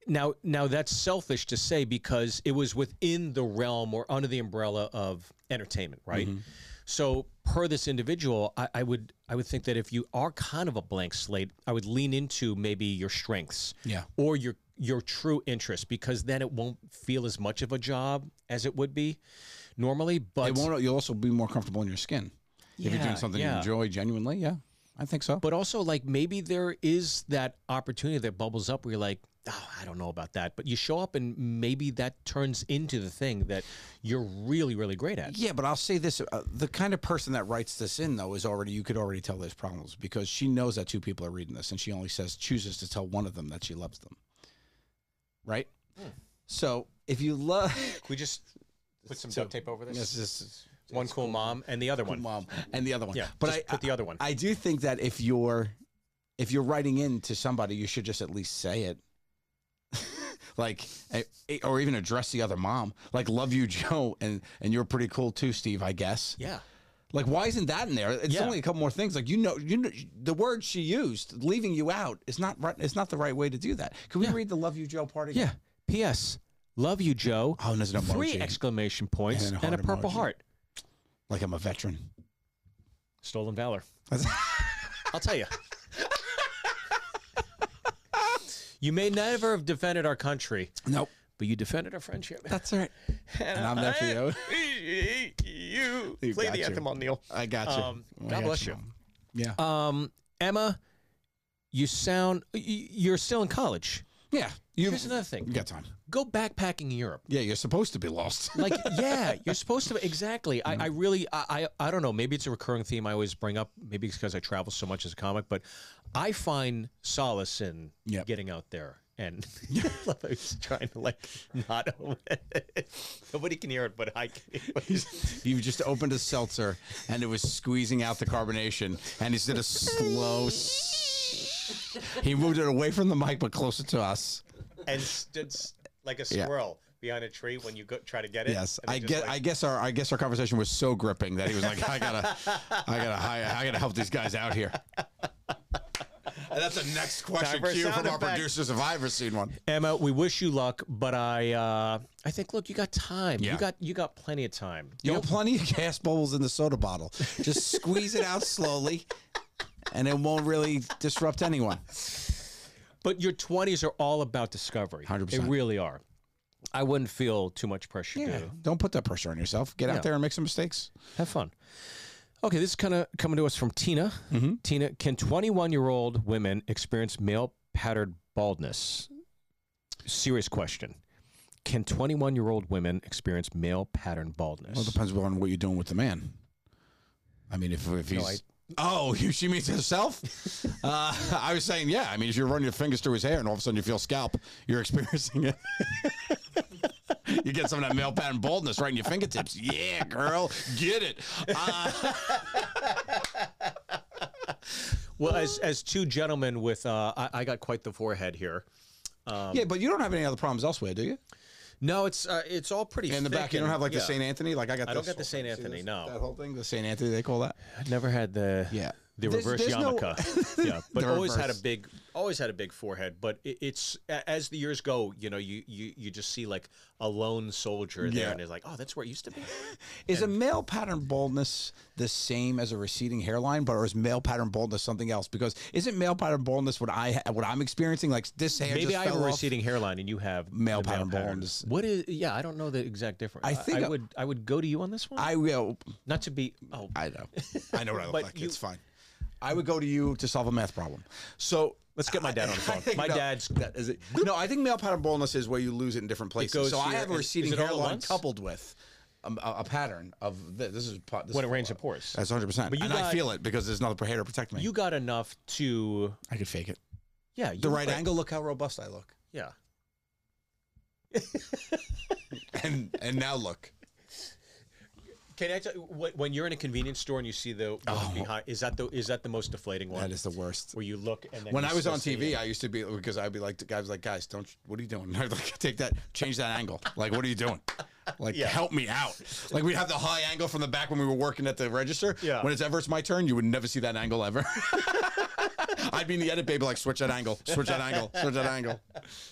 D: Now, now that's selfish to say because it was within the realm or under the umbrella of entertainment, right?
C: Mm-hmm.
D: So, per this individual, I, I would I would think that if you are kind of a blank slate, I would lean into maybe your strengths
C: Yeah.
D: or your your true interest because then it won't feel as much of a job as it would be normally. But
C: It won't, you'll also be more comfortable in your skin if you're
D: Yeah,
C: doing something you
D: yeah.
C: enjoy genuinely. Yeah, I think so.
D: but also like maybe there is that opportunity that bubbles up where you're like oh i don't know about that but you show up and maybe that turns into the thing that you're really really great at
C: Yeah, but I'll say this: uh, the kind of person that writes this in, though, is already you could already tell there's problems because she knows that two people are reading this, and she only says chooses to tell one of them that she loves them. Right. So if you love,
D: we just put some duct tape over this
C: this is
D: One cool mom and the other one.
C: mom and the other one.
D: Yeah,
C: but
D: just
C: I
D: put the other one.
C: I do think that if you're if you're writing in to somebody, you should just at least say it, like eh, eh, or even address the other mom. Like, love you, Joe, and and you're pretty cool too, Steve. I guess.
D: yeah.
C: Like, why isn't that in there? It's
D: Yeah.
C: only a couple more things. Like, you know, you know, the word she used, leaving you out, is not right. It's not the right way to do that. Can we read the love you, Joe part again?
D: Yeah. P.S. Love you, Joe.
C: Oh, and there's an emoji.
D: Three exclamation points
C: And
D: and,
C: a
D: a
C: heart
D: purple
C: emoji.
D: heart.
C: Like I'm a veteran.
D: Stolen valor. I'll tell you. you may never have defended our country,
C: nope.
D: but you defended our friendship.
C: That's all right. And I'm there for you.
D: you. you.
C: You
D: E Play
C: got
D: the
C: you.
D: anthem on Neil.
C: I got you.
D: Um,
C: I
D: God
C: got
D: bless you.
C: Mom. Yeah.
D: Um, Emma, you sound y- y- you're still in college.
C: yeah. You,
D: Here's another thing.
C: you got time.
D: Go backpacking Europe.
C: Yeah, you're supposed to be lost.
D: Like, yeah, you're supposed to. Exactly. I, I
C: Mm-hmm.
D: really, I, I, I don't know. Maybe it's a recurring theme I always bring up. Maybe it's because I travel so much as a comic, but I find solace in
C: Yep.
D: getting out there. And I was trying to like not. Nobody can hear it, but I can.
C: you just opened a seltzer and it was squeezing out the carbonation. And he did a slow. s- he moved it away from the mic but closer to us.
D: and stood s- like a
C: Yeah.
D: squirrel behind a tree when you go, try to get it.
C: Yes,
D: and
C: I
D: they just,
C: get.
D: like-
C: I guess our. I guess our conversation was so gripping that he was like, "I gotta, I gotta, hi- I gotta help these guys out here." And that's the next
D: Time
C: question
D: for a
C: cue
D: sound
C: from our
D: effect.
C: producer. If I ever seen one,
D: Emma, we wish you luck, but I, uh, I think, look, you got time.
C: Yeah.
D: You got, you got plenty of time.
C: you got plenty of gas bubbles in the soda bottle. Just squeeze it out slowly, and it won't really disrupt anyone.
D: But your twenties are all about discovery.
C: 100%.
D: They really are. I wouldn't feel too much pressure to
C: Don't put that pressure on yourself. Get
D: Yeah.
C: out there and make some mistakes.
D: have fun. Okay, this is kind of coming to us from Tina.
C: Mm-hmm.
D: Tina, can 21 year old women experience male patterned baldness? Serious question. Can 21 year old women experience male patterned baldness?
C: Well, it depends on what you're doing with the man. I mean, if, if he's.
D: I-
C: Oh, you- she means herself? uh, I was saying, yeah. I mean, if you run your fingers through his hair and all of a sudden you feel scalp, you're experiencing it. you get some of that male pattern baldness right in your fingertips. Yeah, girl, get it. Uh,
D: Well, as as two gentlemen with, uh, I, I got quite the forehead here. Um,
C: yeah, but you don't have any other problems elsewhere, do you?
D: No, it's uh, it's all pretty.
C: In the
D: thick
C: back, you don't
D: and-
C: have like the
D: yeah.
C: St. Anthony? Like I got
D: I don't
C: this
D: get the
C: whole
D: St.
C: thing. See
D: Anthony,
C: this-
D: no.
C: That whole thing, the St. Anthony, they call that?
D: I never had the
C: Yeah.
D: the
C: There's-
D: reverse
C: there's no-
D: yarmulke. yeah, but
C: The
D: always had a
C: reverse.
D: big always had a big forehead. But it, it's a- as the years go, you know, you you you just see like a lone soldier there,
C: Yeah.
D: and it's like, oh, that's where it used to be.
C: Is a male pattern baldness the same as a receding hairline, but or is male pattern baldness something else? Because isn't male pattern baldness what I ha- what I'm experiencing? Like this hair
D: Maybe
C: just
D: I
C: fell
D: have a
C: off.
D: receding hairline, and you have
C: Male
D: the
C: pattern baldness.
D: What is? Yeah, I don't know the exact difference.
C: I think I-
D: would I would go to you on this one.
C: I will.
D: Not to be. Oh,
C: I know. I know what I look
D: But
C: like.
D: you-
C: it's fine. I would go to you to solve a math problem. So
D: let's get my dad on the
C: I
D: phone.
C: think
D: My
C: no.
D: dad's
C: That is it. No, I think male pattern baldness is where you lose it in different places.
D: goes
C: so I
D: here
C: have a
D: and-
C: receding
D: is it all at
C: hairline
D: once?
C: coupled with um, a, a pattern of this. This is pa- this
D: when it
C: is-
D: rains, it pours.
C: That's 100. percent
D: But
C: And
D: you
C: I
D: got-
C: feel it because there's another hair to protect me.
D: You got enough to.
C: I could fake it.
D: Yeah, you
C: The right
D: look-
C: angle. Look how robust I look.
D: Yeah.
C: and and now look.
D: Can I tell you, wh- when you're in a convenience store and you see the woman behind? Is that the is that the most deflating one?
C: Oh. That is the worst.
D: where you look and then
C: When
D: you
C: I was
D: still
C: on
D: see
C: TV,
D: it.
C: I used to be because I'd be like, the guys like, guys, don't, what are you doing? I'd like, take that, change that angle. Like, what are you doing? Like,
D: Yeah.
C: help me out. Like, we have the high angle from the back when we were working at the register.
D: Yeah.
C: When it's ever it's my turn, you would never see that angle ever. I'd be in the edit, baby, like, switch that angle, switch that angle, switch that angle.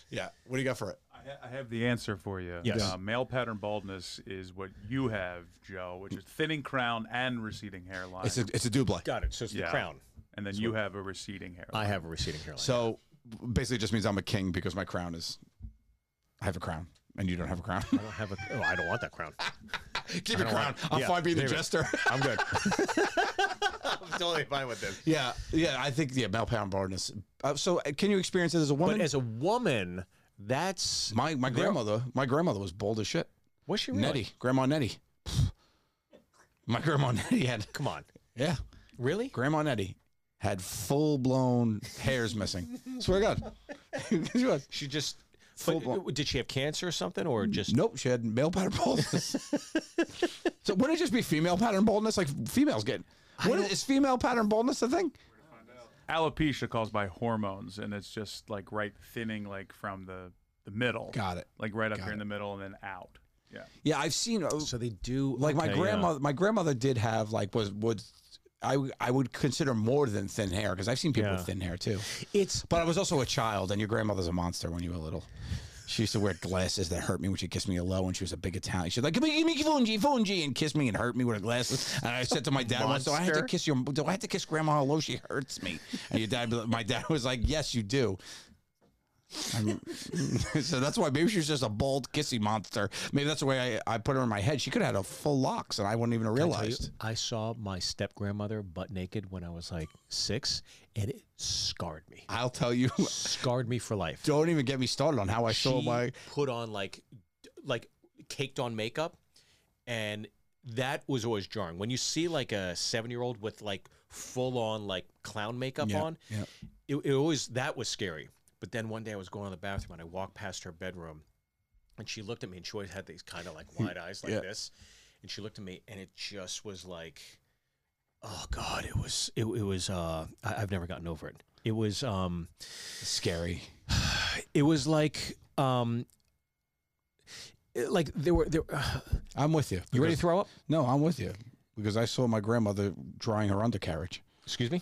C: Yeah. What do you got for it?
B: I, ha- I have the answer for you.
D: Yes.
B: Uh, male pattern baldness is what you have, Joe, which is thinning crown and receding
D: Uh,
B: hairline.
C: It's a, it's a double.
D: got it. So it's
B: Yeah.
D: the crown.
B: and then you have a receding hairline.
D: I have a receding hairline.
C: So basically, it just means I'm a king because my crown is, I have a crown and you don't have a crown.
D: I don't have a. Oh, I don't want that crown.
C: Keep your
D: don't
C: crown.
D: want-
C: I'm
D: yeah,
C: fine being the
D: leave it.
C: jester.
D: I'm good. I'm totally fine with this.
C: Yeah, yeah, I think yeah, male pattern baldness. Uh, so, uh, can you experience it as a woman?
D: But as a woman, that's
C: my my grandmother, my grandmother was bold as shit.
D: what's she really?
C: Nettie, Grandma Nettie. Pfft. My grandma Nettie had
D: Come on,
C: yeah,
D: really?
C: Grandma Nettie had full blown hairs missing. Swear to God, She was.
D: She just
C: full blown.
D: But, uh, did she have cancer or something, or just
C: Nope, she had male pattern baldness. so wouldn't it just be female pattern baldness like females get? What is, is female pattern baldness a thing?
B: Alopecia caused by hormones, and it's just like right thinning, like from the the middle.
C: Got it.
B: Like right up here
C: it.
B: in the middle, and then out. Yeah.
C: Yeah, I've seen. uh,
D: so they do
C: like my
D: okay, yeah.
C: grandmother my grandmother did have like was would I, w- I would consider more than thin hair because I've seen people with
D: Yeah.
C: thin hair too.
D: It's
C: But I was also a child, and your grandmother's a monster when you were little. She used to wear glasses that hurt me when she kissed me hello, and she was a big Italian. She'd like, give me, give me fungi, fungi, and kiss me and hurt me with her glasses. And I said to my dad, once, do I have to
B: Monster.
C: kiss your, do I have to kiss grandma hello? She hurts me. And your dad, my dad was like, yes, you do. I'm- so that's why maybe she was just a bald kissy monster. Maybe that's the way I, I put her in my head. She could have had a full locks, and I wouldn't even have
D: I tell you,
C: realized.
D: I saw my step grandmother butt naked when I was like six, and it scarred me.
C: I'll tell you.
D: Scarred me for life.
C: Don't even get me started on how I saw
D: she
C: my
D: put on like like caked on makeup and that was always jarring when you see like a seven year old with like full on like clown makeup
C: Yeah,
D: on
C: yeah.
D: It, it always that was scary but then one day i was going to the bathroom and i walked past her bedroom and she looked at me and she always had these kind of like wide eyes like
C: Yeah.
D: this and she looked at me and it just was like oh god it was it, it was uh I, i've never gotten over it it was um
C: scary.
D: it was like um it- like there were there
C: I'm with you.
D: you ready to
C: Because-
D: throw up
C: No, I'm with you because I saw my grandmother drying her undercarriage
D: excuse me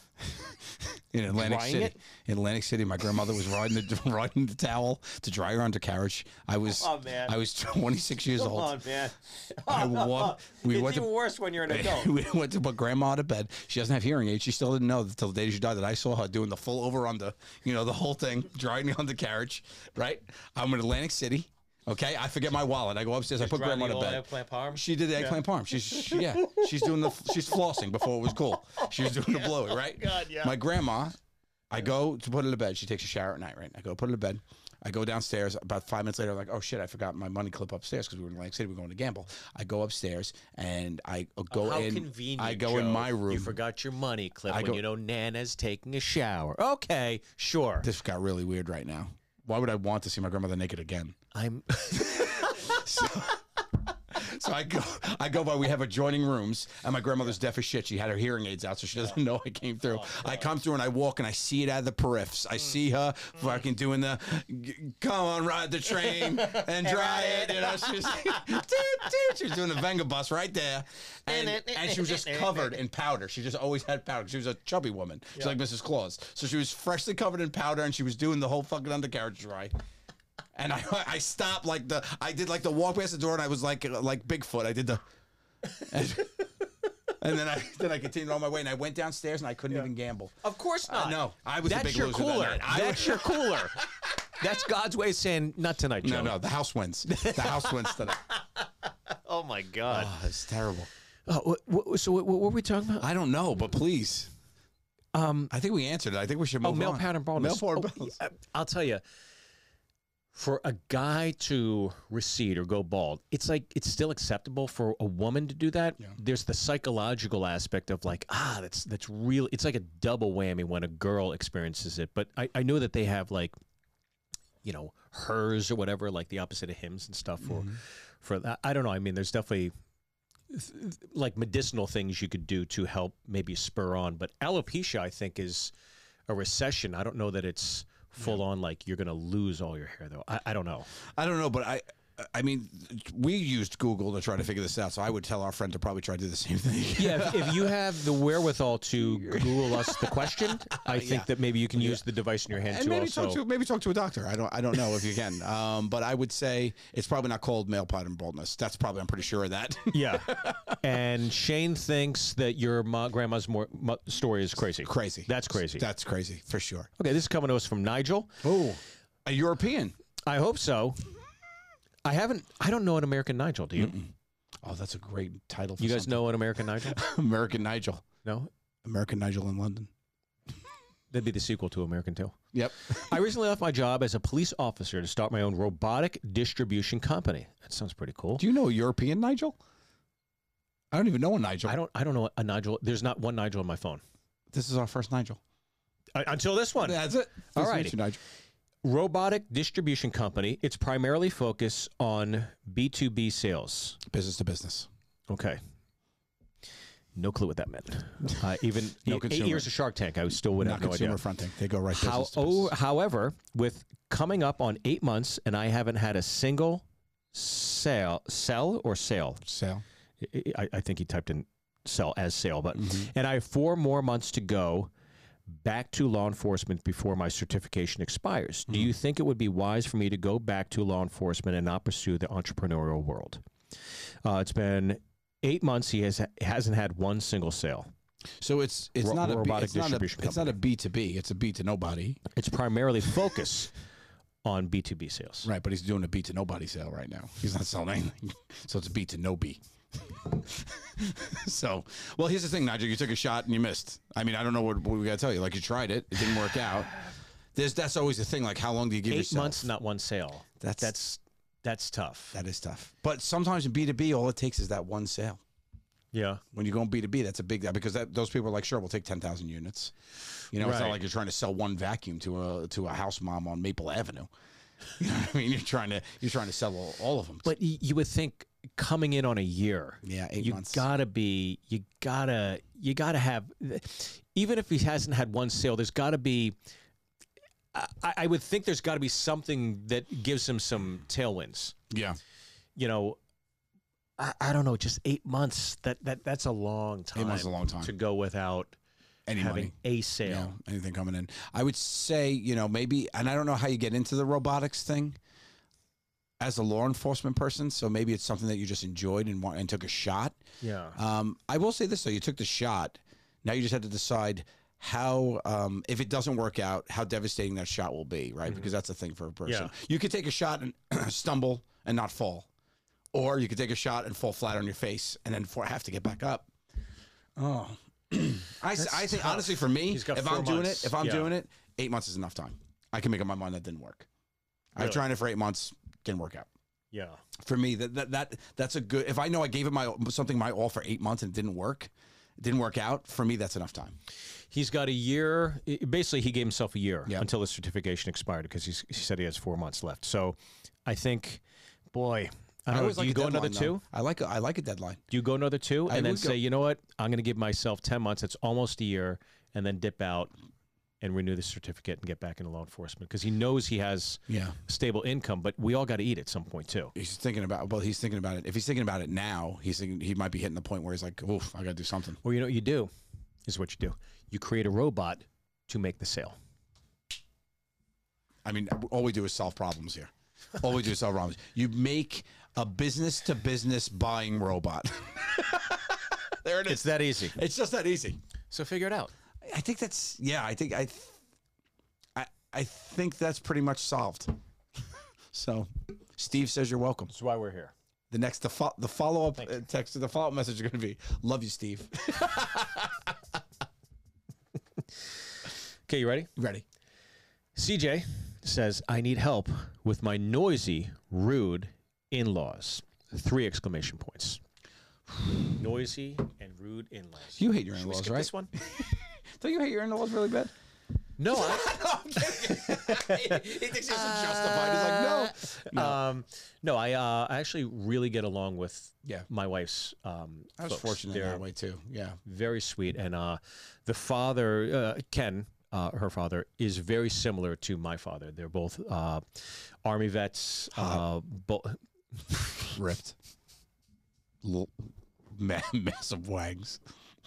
C: in Atlantic
D: Drying
C: City.
D: it?
C: In Atlantic City, my grandmother was riding the riding the towel to dry her undercarriage. I was
D: Oh, man.
C: I was 26 years old.
D: man
C: I walked. We went to.
D: worse when you're an
C: We went to put grandma to bed. She doesn't have hearing aids. She still didn't know until the day she died that I saw her doing the full over under, you know, the whole thing, drying the undercarriage, right? I'm in Atlantic City. Okay. I forget my wallet. I go upstairs. I put grandma to bed. She did the eggplant parm. She's she, yeah. She's doing the she's flossing before it was cool. She was doing the blowy, right?
D: God, yeah.
C: My grandma, I go to put her to bed. She takes a shower at night, right? I go put her to bed. I go downstairs. About five minutes later, I'm like, oh shit, I forgot my money clip upstairs because we were in Atlantic City. We are going to gamble. I go upstairs and I go
D: How
C: in.
D: convenient.
C: I go in
D: Joe.
C: my room.
D: You forgot your money clip
C: I
D: when
C: go-
D: you know Nana's taking a shower. Okay, sure.
C: This got really weird right now. Why would I want to see my grandmother naked again?
D: I'm
C: So I go, I go by. We have adjoining rooms, and my grandmother's deaf as shit. She had her hearing aids out, so she doesn't know I came through. I come through and I walk, and I see it out of the periffs. I see her fucking doing the, "G- come on, ride the train Hmm. and dry it. You know, she was, toot, toot. she was doing the Venga bus right there, and, and she was just covered in powder. She just always had powder. She was a chubby woman. She's like Mrs. Claus, so she was freshly covered in powder, and she was doing the whole fucking undercarriage dry. And I, I stopped like the I did like the walk past the door and I was like like Bigfoot. I did the and, and then I then I continued on my way and I went downstairs and I couldn't even gamble.
D: Of course
C: Uh,
D: not.
C: no, I was the
D: That's
C: big
D: your
C: loser that
D: cooler.
C: night. I
D: That's
C: was-
D: your cooler. That's God's way of saying not tonight,
C: No,
D: Joe.
C: no, the house wins. The house wins today.
D: Oh my God.
C: Oh, it's terrible.
D: Uh, what, what, so what, what were we talking about?
C: I don't know, but please. Um, I think we answered it. I think we should move
D: Oh, male
C: on.
D: pattern baldness.
C: Male
D: Oh,
C: pattern baldness.
D: yeah, I'll tell you, for a guy to recede or go bald, it's like it's still acceptable for a woman to do that. There's the psychological aspect of like, ah, that's that's real. It's like a double whammy when a girl experiences it. But I, I know that they have like, you know, hers or whatever, like the opposite of hymns and stuff. For for that, I don't know. I mean, there's definitely like medicinal things you could do to help maybe spur on. But alopecia, I think, is a recession. I don't know that it's full on like you're going to lose all your hair though. I, I don't know.
C: I don't know, but I. I mean, we used Google to try to figure this out, so I would tell our friend to probably try to do the same thing.
D: Yeah, if, if you have the wherewithal to Google us the question, I think that maybe you can use the device in your hand
C: and
D: to
C: maybe
D: also.
C: talk to maybe talk to a doctor. I don't I don't know if you can, um, but I would say it's probably not called male pattern baldness. That's probably I'm pretty sure of that.
D: yeah, and Shane thinks that your ma- grandma's more, mo- story is crazy.
C: crazy.
D: That's crazy.
C: That's crazy for sure.
D: okay, this is coming to us from Nigel.
C: Oh, a European.
D: I hope so. I haven't. I don't know an American Nigel. Do you?
C: Oh, that's a great title. For
D: You guys know an American Nigel?
C: something. American Nigel,
D: No,
C: American Nigel in London.
D: that'd be the sequel to American Tale.
C: Yep.
D: I recently left my job as a police officer to start my own robotic distribution company. That sounds pretty cool.
C: Do you know a European Nigel? I don't even know a Nigel.
D: I don't. I don't know a Nigel. There's not one Nigel on my phone
C: This is our first Nigel.
D: I, until this one.
C: That's it.
D: All
C: Nice to
D: righty.
C: meet you, Nigel.
D: robotic distribution company. It's primarily focused on B2B sales.
C: business to business.
D: Okay. No clue what that meant. Uh, even
C: No
D: eight
C: consumer.
D: years of Shark Tank, I still would
C: Not
D: have no
C: consumer
D: idea.
C: fronting. They go right
D: How,
C: business to
D: oh,
C: business.
D: however, with coming up on eight months, and I haven't had a single sale, sell or sale.
C: Sale.
D: I- I, I think he typed in sell as sale, but and I have four more months to go back to law enforcement before my certification expires. Do you think it would be wise for me to go back to law enforcement and not pursue the entrepreneurial world? Uh, it's been eight months. He has hasn't had one single sale.
C: So it's it's
D: Ro-
C: not a B,
D: robotic
C: it's not a,
D: distribution
C: it's not a B to B. It's a B to nobody.
D: It's primarily focused on B two B sales.
C: Right, but he's doing a B to nobody sale right now. He's not selling anything. So it's a B to no B. so, well, here's the thing, Nigel. You took a shot and you missed. I mean, I don't know what, what we got to tell you. Like, you tried it, it didn't work out. There's that's always the thing. Like, how long do you give
D: Eight
C: yourself?
D: months, not one sale.
C: That's-
D: that's that's tough.
C: That is tough. But sometimes in B two B, all it takes is that one sale.
D: yeah.
C: When you go in B two B, that's a big that because that, those people are like, sure, we'll take ten thousand units. You know, it's not
D: Right.
C: like you're trying to sell one vacuum to a to a house mom on Maple Avenue. You know what I mean? You're trying to you're trying to sell all, all of them.
D: But y- you would think coming in on a year,
C: yeah, eight
D: you
C: months.
D: gotta be, you gotta, you gotta have, even if he hasn't had one sale, there's gotta be. I, I would think there's gotta be something that gives him some tailwinds.
C: yeah.
D: You know, I, I don't know, just eight months. That that that's a long time.
C: months is a long time.
D: to go without
C: Any
D: having
C: money.
D: a
C: Yeah,
D: sale.
C: anything coming in. I would say, you know, maybe, and I don't know how you get into the robotics thing as a law enforcement person. So maybe it's something that you just enjoyed and want, and took a shot.
D: Yeah.
C: Um, I will say this though: you took the shot. Now you just have to decide how, um, if it doesn't work out, how devastating that shot will be, right? Because that's the thing for a person.
D: Mm-hmm. Yeah.
C: You could take a shot and stumble and not fall, or you could take a shot and fall flat on your face and then for, have to get back up. Oh, I, s- I think
D: tough.
C: honestly, for me,
D: He's
C: if
D: got
C: I'm
D: four
C: doing
D: months.
C: it, if I'm
D: Yeah.
C: doing it, eight months is enough time. I can make up my mind that didn't work. I've
D: Really?
C: tried it for eight months, didn't work out
D: yeah.
C: for me that, that that that's a good if i know i gave it my something my all for eight months and it didn't work it didn't work out for me that's enough time
D: He's got a year. i- Basically, he gave himself a year
C: Yeah.
D: until his certification expired because he's, he said he has four months left. So, I think, boy, I don't know. Do you go another
C: deadline, though.
D: two?
C: i like a, i like a deadline
D: Do you go another two
C: I
D: and then
C: would go-
D: say, you know what? I'm going to give myself ten months. It's almost a year, and then dip out and renew the certificate and get back into law enforcement because he knows he has
C: yeah
D: stable income. But we all got to eat at some point too.
C: he's thinking about well he's thinking about it if he's thinking about it now he's thinking he might be hitting the point where he's like oof i gotta do something
D: Or you know what you do is what you do. You create a robot to make the sale.
C: i mean all we do is solve problems here all we do is solve problems you make a business to business buying robot there it is
D: It's that easy.
C: it's just that easy
D: So figure it out.
C: I think that's yeah. I think I, th- I, I think that's pretty much solved. so, Steve says you're welcome.
D: That's why we're here.
C: The next the fo- the follow up text the follow up message is going to be love you, Steve.
D: Okay, you ready?
C: Ready?
D: CJ says, I need help with my noisy, rude in laws. Three exclamation points. Noisy and rude in laws.
C: You hate your
D: Should we
C: in-laws,
D: skip
C: right?
D: this one?
C: Don't you hate your in-laws really bad?
D: No, I,
C: he thinks he's justified. He's like, no. No.
D: um, no, I, uh, I actually really get along with
C: Yeah.
D: my wife's. Um,
C: I was
D: folks.
C: fortunate in
D: They're
C: that way too. Yeah.
D: very sweet, and uh, the father, uh, Ken, uh, her father, is very similar to my father. They're both uh, army vets.
C: Uh-huh.
D: Uh, bo-
C: Ripped. L- ma- massive wags.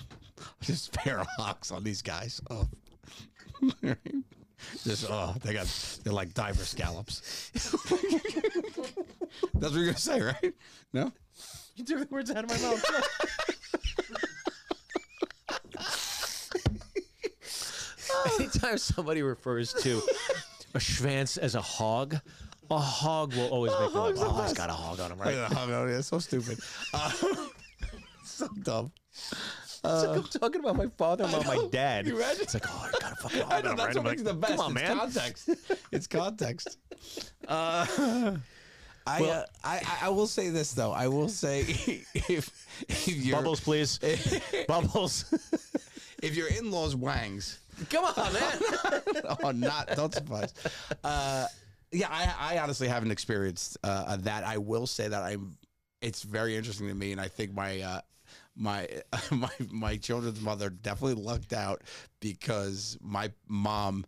C: Just pair of hocks on these guys. Oh. Just oh, they got they're like diver scallops. That's what you're gonna say, right? No.
D: you took the words out of my mouth. Anytime somebody refers to a Schwanz as a hog, a hog will always make them.
C: hog's the
D: Oh, he's
C: best."
D: got a hog on him,
C: Look
D: right?
C: at the hog over there, oh, so stupid. Uh, so dumb.
D: So I'm talking about my father, about my
C: know.
D: dad.
C: You imagine?
D: It's like, oh, I got a fucking hog
C: I
D: on
C: know
D: him,
C: that's
D: right? I'm like,
C: what makes it the best.
D: Come on,
C: it's
D: man.
C: Context. It's context. Uh, I, uh, I I- I will say this though. I will say if, if you're
D: Bubbles, please. Bubbles.
C: if your in-laws wangs,
D: Come on, man.
C: oh, not don't suffice. Uh, yeah, I, I honestly haven't experienced uh, uh, that. I will say that I'm. It's very interesting to me, and I think my uh, my my my children's mother definitely lucked out because my mom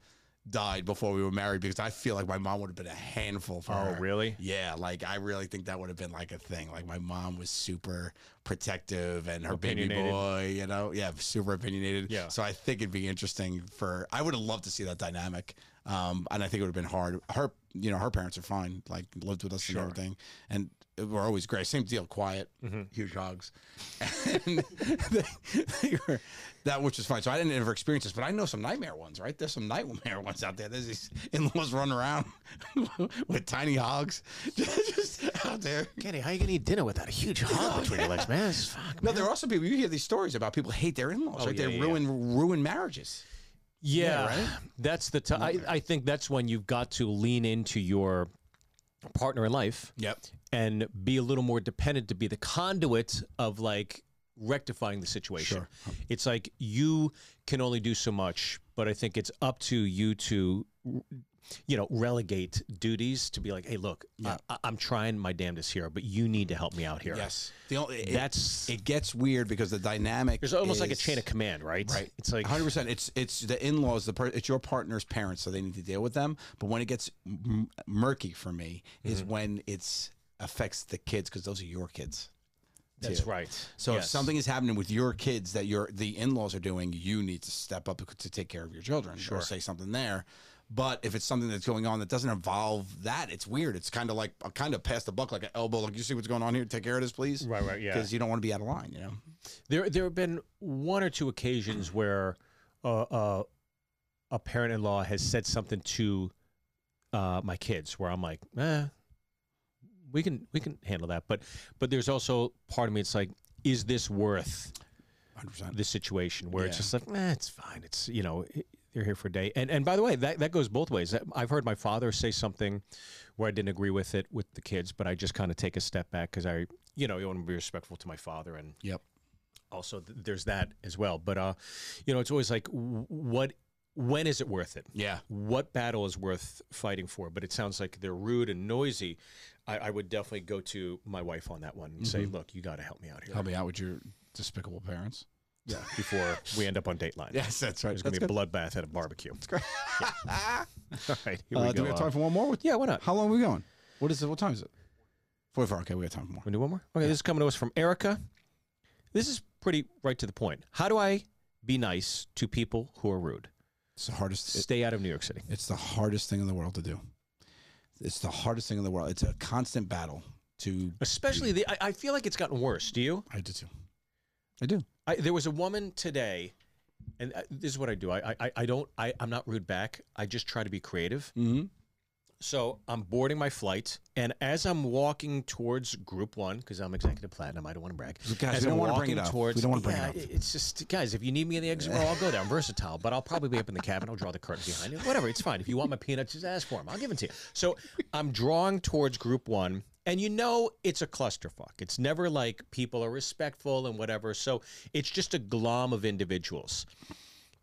C: died before we were married because I feel like my mom would have been a handful for
D: Oh,
C: her.
D: really?
C: Yeah, like I really think that would have been like a thing. Like my mom was super protective and her baby
D: Opinionated.
C: boy, you know, yeah, super opinionated.
D: Yeah.
C: So I think it'd be interesting for I would have loved to see that dynamic. Um, and I think it would have been hard. Her, you know, her parents are fine. Like lived with us and everything, and we're always great. Same deal, quiet,
D: Mm-hmm.
C: huge hugs. And they- they were- that which is fine. So I didn't ever experience this, but I know some nightmare ones. Right? There's some nightmare ones out there. There's these in-laws running around with tiny hogs just out there.
D: Kenny, how you gonna eat dinner without a huge hog between your legs, man? This is fuck.
C: No, there are also people. You hear these stories about people hate their in-laws.
D: Oh,
C: right?
D: yeah,
C: they
D: yeah,
C: ruin ruin marriages.
D: Yeah,
C: right?
D: that's the time. I, I think that's when you've got to lean into your partner in life
C: Yep.
D: and be a little more dependent to be the conduit of like rectifying the situation. It's like you can only do so much, but I think it's up to you to, you know, relegate duties to be like, hey, look, I, I'm trying my damnedest here, but you need to help me out here.
C: Yes. The only, it,
D: That's
C: it gets weird because the dynamic
D: there's almost like a
C: is-
D: chain of command, right?
C: right.
D: It's like
C: 100. percent It's it's the in-laws. The per, it's your partner's parents, so they need to deal with them. But when it gets m- murky for me
D: Mm-hmm.
C: is when it's affects the kids because those are your kids.
D: that's right.
C: So if
D: Yes.
C: something is happening with your kids that your the in-laws are doing, you need to step up to take care of your children or say something there. But if it's something that's going on that doesn't involve that, it's weird. It's kind of like a kind of pass the buck, like an elbow. Like you see what's going on here, take care of this, please.
D: Right, right, yeah.
C: Because you don't want to be out of line, you know.
D: There, there have been one or two occasions where uh, uh, a parent-in-law has said something to uh, my kids, where I'm like, eh, we can, we can handle that. But, but there's also part of me. It's like, is this worth
C: Hundred percent.
D: this situation? Where it's
C: Yeah.
D: just like, eh, it's fine. It's you know, i- they're here for a day. And and by the way, that that goes both ways. That- I've heard my father say something where I didn't agree with it with the kids, but I just kind of take a step back because I, you know, you want to be respectful to my father and
C: Yep.
D: also th- there's that as well but uh you know it's always like w- what when is it worth it
C: Yeah.
D: what battle is worth fighting for but it sounds like they're rude and noisy i, I would definitely go to my wife on that one and say
C: Mm-hmm.
D: look you got to help me out here
C: Help me out with your despicable parents.
D: before we end up on dateline
C: Yes, that's right.
D: there's gonna be a bloodbath at a barbecue that's great all right here
C: Uh,
D: we go
C: do we have
D: Uh,
C: time for one more? With
D: yeah why not
C: How long are we going? What is it? What time is it? Forty-four. Okay, we have time for more.
D: Wanna do one more? Okay, this is coming to us from Erica. This is pretty right to the point. How do I be nice to people who are rude?
C: It's the hardest. it-
D: Stay out of New York City.
C: It's the hardest thing in the world to do. It's the hardest thing in the world. It's a constant battle to.
D: Especially the, I, I feel like it's gotten worse. Do you?
C: I do too. I do.
D: I, there was a woman today, and uh, this is what I do. I, I- I, I don't, I, I'm not rude back. I just try to be creative.
C: Mm-hmm.
D: So I'm boarding my flight, and as I'm walking towards Group One, because I'm Executive Platinum, I don't want to brag.
C: Guys,
D: as
C: we
D: I'm
C: don't wanna bring
D: walking
C: it up. We don't wanna bring it
D: yeah,
C: up.
D: It's just, guys, if you need me in the exit row, I'll go there. I'm versatile, but I'll probably be up in the cabin. I'll draw the curtain behind you. Whatever, it's fine. If you want my peanuts, just ask for them. I'll give them to you. So I'm drawing towards Group One, and you know it's a clusterfuck. It's never like people are respectful and whatever. So it's just a glom of individuals.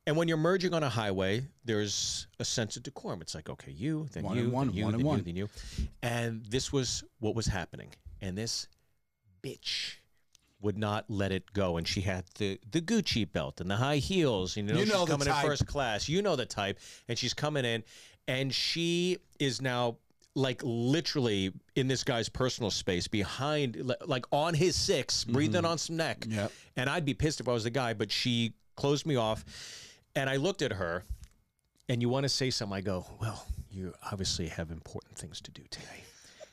D: And when you're merging on a highway, there's a sense of decorum. It's like, okay, you, then
C: One
D: you,
C: and
D: then
C: one,
D: you,
C: one and
D: then you,
C: one.
D: then you. And this was what was happening. And this bitch would not let it go. And she had the, the Gucci belt and the high heels. You know,
C: You
D: she's
C: know the
D: coming in
C: type.
D: first class. You know the type. And she's coming in, and she is now like literally in this guy's personal space behind li- like on his six breathing on some neck
C: Yep.
D: and I'd be pissed if I was the guy, but she closed me off and I looked at her and you want to say something. I go, well, you obviously have important things to do today.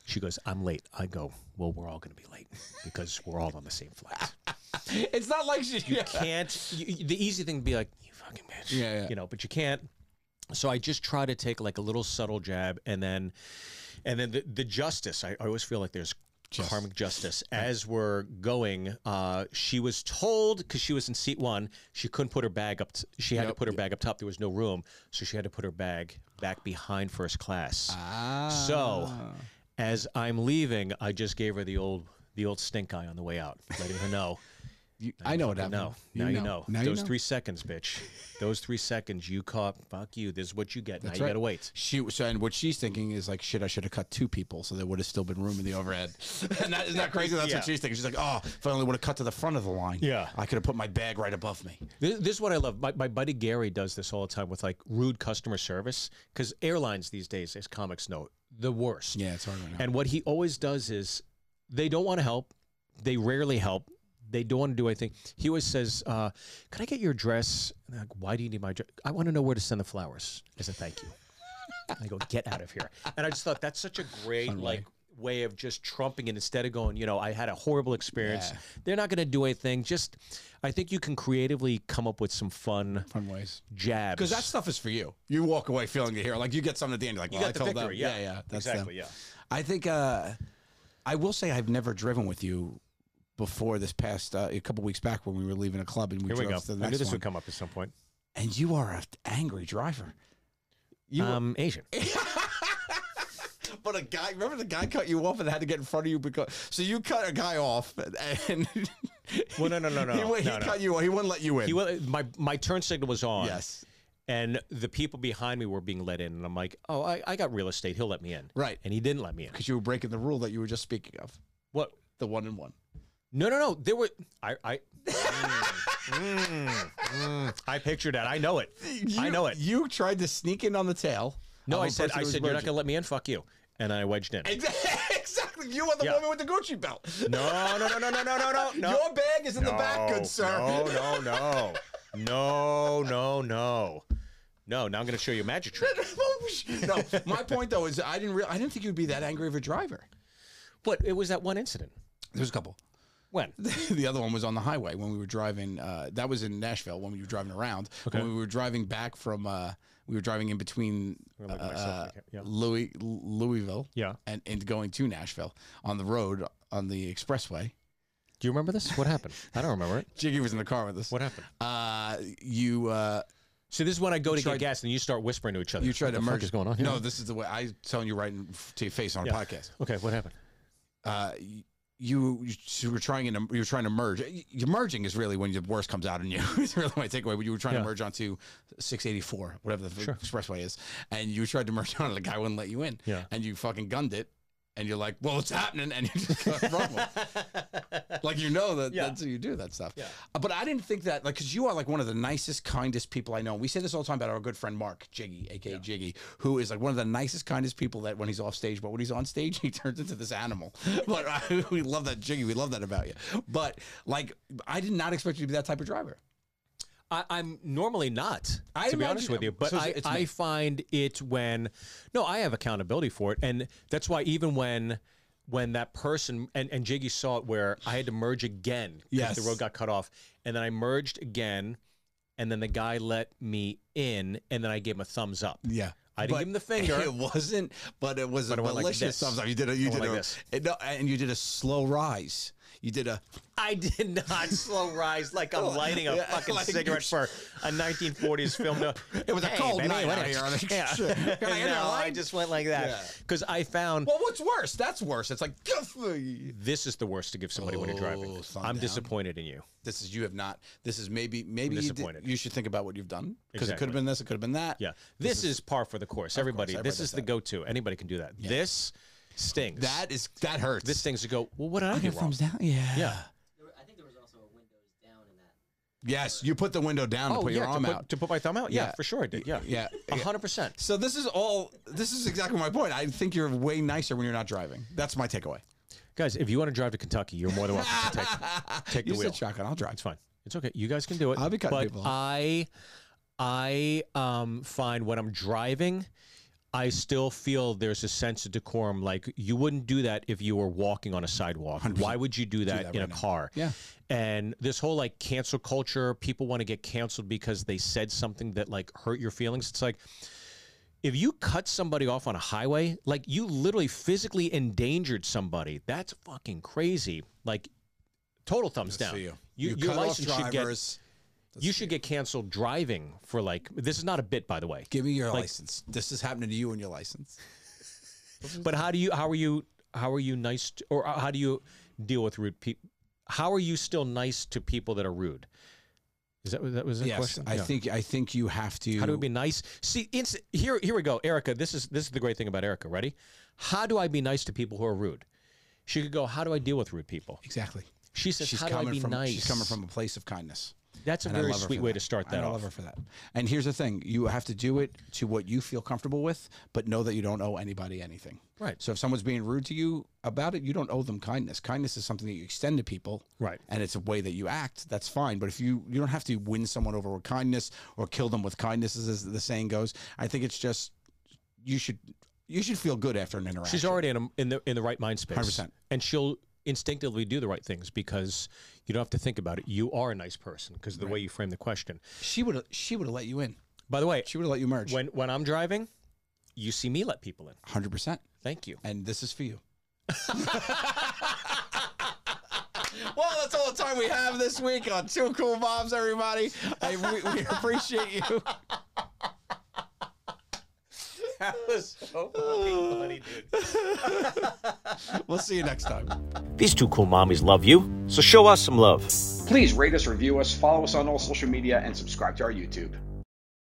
D: She goes, I'm late. I go, well, we're all going to be late because we're all on the same flight.
C: It's not like she.
D: You can't, you, you- the easy thing to be like, you fucking bitch.
C: Yeah, yeah.
D: You know, but you can't. So I just try to take like a little subtle jab and then, and then the, the justice, I, I always feel like there's karmic justice. As we're going, uh, she was told because she was in seat one, she couldn't put her bag up. T- she had to put her bag up top. There was no room, so she had to put her bag back behind first class. So,
C: Ah.
D: as I'm leaving, I just gave her the old the old stink eye on the way out, letting her know
C: You, I know what happened.
D: No, now you know.
C: Now you
D: Those
C: know.
D: three seconds, bitch. Those three seconds you caught. Fuck you. This is what you get. now
C: That's
D: you
C: right.
D: gotta wait.
C: She so and what she's thinking is like, shit, I should have cut two people, so there would have still been room in the overhead. and that, isn't that crazy? That's
D: Yeah.
C: what she's thinking. She's like, oh, if I only would have cut to the front of the line,
D: Yeah.
C: I could have put my bag right above me.
D: This, this is what I love. My, my buddy Gary does this all the time with like rude customer service because airlines these days, as comics know, the worst.
C: Yeah, it's hard right now.
D: And what he always does is they don't want to help. They rarely help. They don't want to do anything. He always says, uh, Can I get your address? And they're like, Why do you need my address? I want to know where to send the flowers as a thank you. And I go, Get out of here. And I just thought that's such a great, like, way of just trumping it instead of going, you know, I had a horrible experience.
C: Yeah.
D: They're not going to do anything. Just, I think you can creatively come up with some fun
C: Fun ways.
D: jabs.
C: Because that stuff is for you. You walk away feeling the hero. Like you get something at the end, you're like, well,
D: got
C: Oh, I
D: the
C: told
D: victory,
C: them.
D: yeah.
C: yeah. That's
D: Exactly,
C: them.
D: yeah.
C: I think uh, I will say I've never driven with you before this past uh, a couple weeks back when we were leaving a club and we
D: Here we
C: drove
D: go.
C: to the
D: I knew
C: next
D: this
C: one.
D: would come up at some point.
C: and you are an angry driver. You were-
D: Um, Asian.
C: But a guy, remember the guy cut you off and had to get in front of you because so you cut a guy off and
D: Well, no, no, no, no.
C: he, wou- he
D: no, no.
C: cut you off. He wouldn't let you in.
D: He wa- my my turn signal was on.
C: yes,
D: And the people behind me were being let in, and I'm like, oh, I, I got real estate. He'll let me in.
C: Right.
D: And he didn't let me in.
C: because you were breaking the rule that you were just speaking of
D: What?
C: the one and one.
D: No, no, no. There were. I I. Mm, mm, mm. I pictured that. I know it. I
C: You-
D: know it.
C: You tried to sneak in on the tail.
D: no,
C: of
D: I
C: a
D: said
C: person
D: I
C: who was
D: said you're not
C: merging."
D: gonna let me in. Fuck you. And I wedged in.
C: exactly. You are the
D: Yeah.
C: woman with the Gucci belt.
D: No, no, no, no, no, no, no, no, no.
C: Your bag is in the back, good sir.
D: No, no, no, no, no, no, no. Now I'm gonna show you a magic trick.
C: Oh, no, my point though is I didn't real I didn't think you'd be that angry of a driver.
D: But it was that one incident.
C: There's a couple.
D: When?
C: the other one was on the highway when we were driving. Uh, that was in Nashville when we were driving around. When we were driving back from, uh, we were driving in between
D: gonna look at myself,
C: uh,
D: okay, yeah.
C: Louis, Louisville,
D: Yeah.
C: and, and going to Nashville on the road on the expressway.
D: Do you remember this? What happened? I don't remember it.
C: Jiggy was in the car with us.
D: What happened?
C: Uh, you uh,
D: So this is when I go to
C: tried-
D: get gas, and you start whispering to each other.
C: you
D: what
C: tried to
D: the fuck
C: merge.
D: is going on? here?
C: No, this is the way I'm telling you right in, to your face on a
D: Yeah.
C: podcast.
D: Okay, what happened?
C: Uh, y- you, you were trying to you were trying to merge. Y- Your merging is really when the worst comes out in you. it's really my takeaway. But you were trying
D: Yeah.
C: to merge onto 684, whatever the expressway is, and you tried to merge on. it, The guy wouldn't let you in.
D: Yeah.
C: And you fucking gunned it. And you're like, well, it's happening, and you just got rumble. like you know that
D: Yeah.
C: that's how you do that stuff.
D: Yeah.
C: Uh, But I didn't think that like because you are like one of the nicest, kindest people I know. We say this all the time about our good friend Mark Jiggy, aka Jiggy, who is like one of the nicest, kindest people. That when he's off stage, but when he's on stage, he turns into this animal. But I, we love that Jiggy. We love that about you. But like, I did not expect you to be that type of driver.
D: I, I'm normally not.
C: I
D: to be honest
C: imagine-
D: with you, but
C: so
D: I,
C: it's me.
D: I find it when no, I have accountability for it, and that's why even when when that person and, and Jiggy saw it where I had to merge again 'cause
C: Yes.
D: the road got cut off, and then I merged again, and then the guy let me in, and then I gave him a thumbs up.
C: Yeah.
D: I didn't
C: But
D: give him the finger.
C: It wasn't, but it was
D: But
C: a
D: it went like this.
C: malicious thumbs up. You did a, you
D: It
C: did
D: went
C: a,
D: like this.
C: and no, and you did a slow rise. You did a
D: I did not slow rise like I'm lighting a
C: Oh, Yeah,
D: fucking
C: like-
D: cigarette for a 1940s film. No,
C: It was a cold
D: baby,
C: night
D: what
C: out
D: is-
C: here on the-
D: yeah.
C: Sure. Can I
D: no,
C: enter a
D: I
C: line?
D: just went like that
C: Yeah.
D: because I found
C: Well, what's worse? That's worse. It's like "Guff!"
D: this is the worst to give somebody when you're
C: Oh,
D: driving.
C: thumb
D: I'm
C: down.
D: disappointed in you.
C: this is you have not. This is maybe maybe you, did-
D: disappointed.
C: you should think about what you've done because it
D: Exactly.
C: could have been this, it could have been that.
D: Yeah, this, is, par for the course. Everybody, this
C: everybody
D: is
C: does
D: the
C: that.
D: go-to. Anybody can do that. This stings.
C: that is that hurts.
D: this stings to go. Well, what did I, do wrong?
C: thumbs down. Yeah.
D: Yeah.
E: There were, I think there was also a Windows down in that.
C: Yes, you put the window down and put your
D: Oh, yeah,
C: arm
D: to put,
C: out.
D: to put my thumb out. Yeah,
C: Yeah.
D: for sure I did. Yeah,
C: yeah, yeah.
D: hundred percent.
C: so this is all. This is exactly my point. I think you're way nicer when you're not driving. That's my takeaway.
D: Guys, if you want to drive to Kentucky, you're more than welcome to take take the
C: You
D: wheel.
C: said shotgun. I'll drive.
D: It's fine. It's okay. You guys can do it.
C: I'll be cutting
D: but
C: people off.
D: I, I um, find when I'm driving, I still feel there's a sense of decorum. Like you wouldn't do that if you were walking on a sidewalk. Why would you do that,
C: that
D: in
C: right
D: a
C: now.
D: car?
C: Yeah.
D: And this whole like cancel culture, people want to get canceled because they said something that like hurt your feelings. It's like if you cut somebody off on a highway, like you literally physically endangered somebody. That's fucking crazy. Like total thumbs down.
C: for you.
D: You,
C: You
D: your
C: cut off
D: license should get
C: drivers.
D: you should get canceled driving for like this is not a bit by the way.
C: Give me your license. This is happening to you and your license.
D: But how do you how are you how are you nice to, or how do you deal with rude people? How are you still nice to people that are rude? Is that that was the
C: yes,
D: question?
C: I
D: Yeah.
C: think I think you have to.
D: How do we be nice? See, it's, here, here we go, Erica. This is this is the great thing about Erica. Ready? How do I be nice to people who are rude? She could go. How do I deal with rude people?
C: exactly?
D: She says,
C: She's
D: "How do I
C: coming
D: be
C: from
D: nice?"
C: she's coming from a place of kindness.
D: That's a
C: And I
D: very
C: love her
D: sweet
C: for
D: way to start that
C: and I
D: off.
C: love her for that. And here's the thing: you have to do it to what you feel comfortable with, but know that you don't owe anybody anything.
D: Right.
C: So if someone's being rude to you about it, you don't owe them kindness. Kindness is something that you extend to people.
D: Right.
C: And it's a way that you act. That's fine. But if you you don't have to win someone over with kindness or kill them with kindness, as the saying goes. I think it's just you should you should feel good after an interaction.
D: She's already in, a, in the in the right mind space,
C: 100%.
D: and she'll instinctively do the right things because you don't have to think about it. You are a nice person because of the way you frame the question.
C: she would she would have let you in.
D: By the way,
C: She would have let you merge.
D: when when I'm driving, you see me let people in.
C: Hundred percent.
D: Thank you.
C: And this is for you. Well, Oh, that's all the time we have this week on Two Cool Moms, everybody. I, we, we appreciate you.
D: That was so fucking funny, dude.
C: We'll see you next time.
F: These two cool mommies love you, so show us some love.
C: Please rate us, review us, follow us on all social media, and subscribe to our YouTube.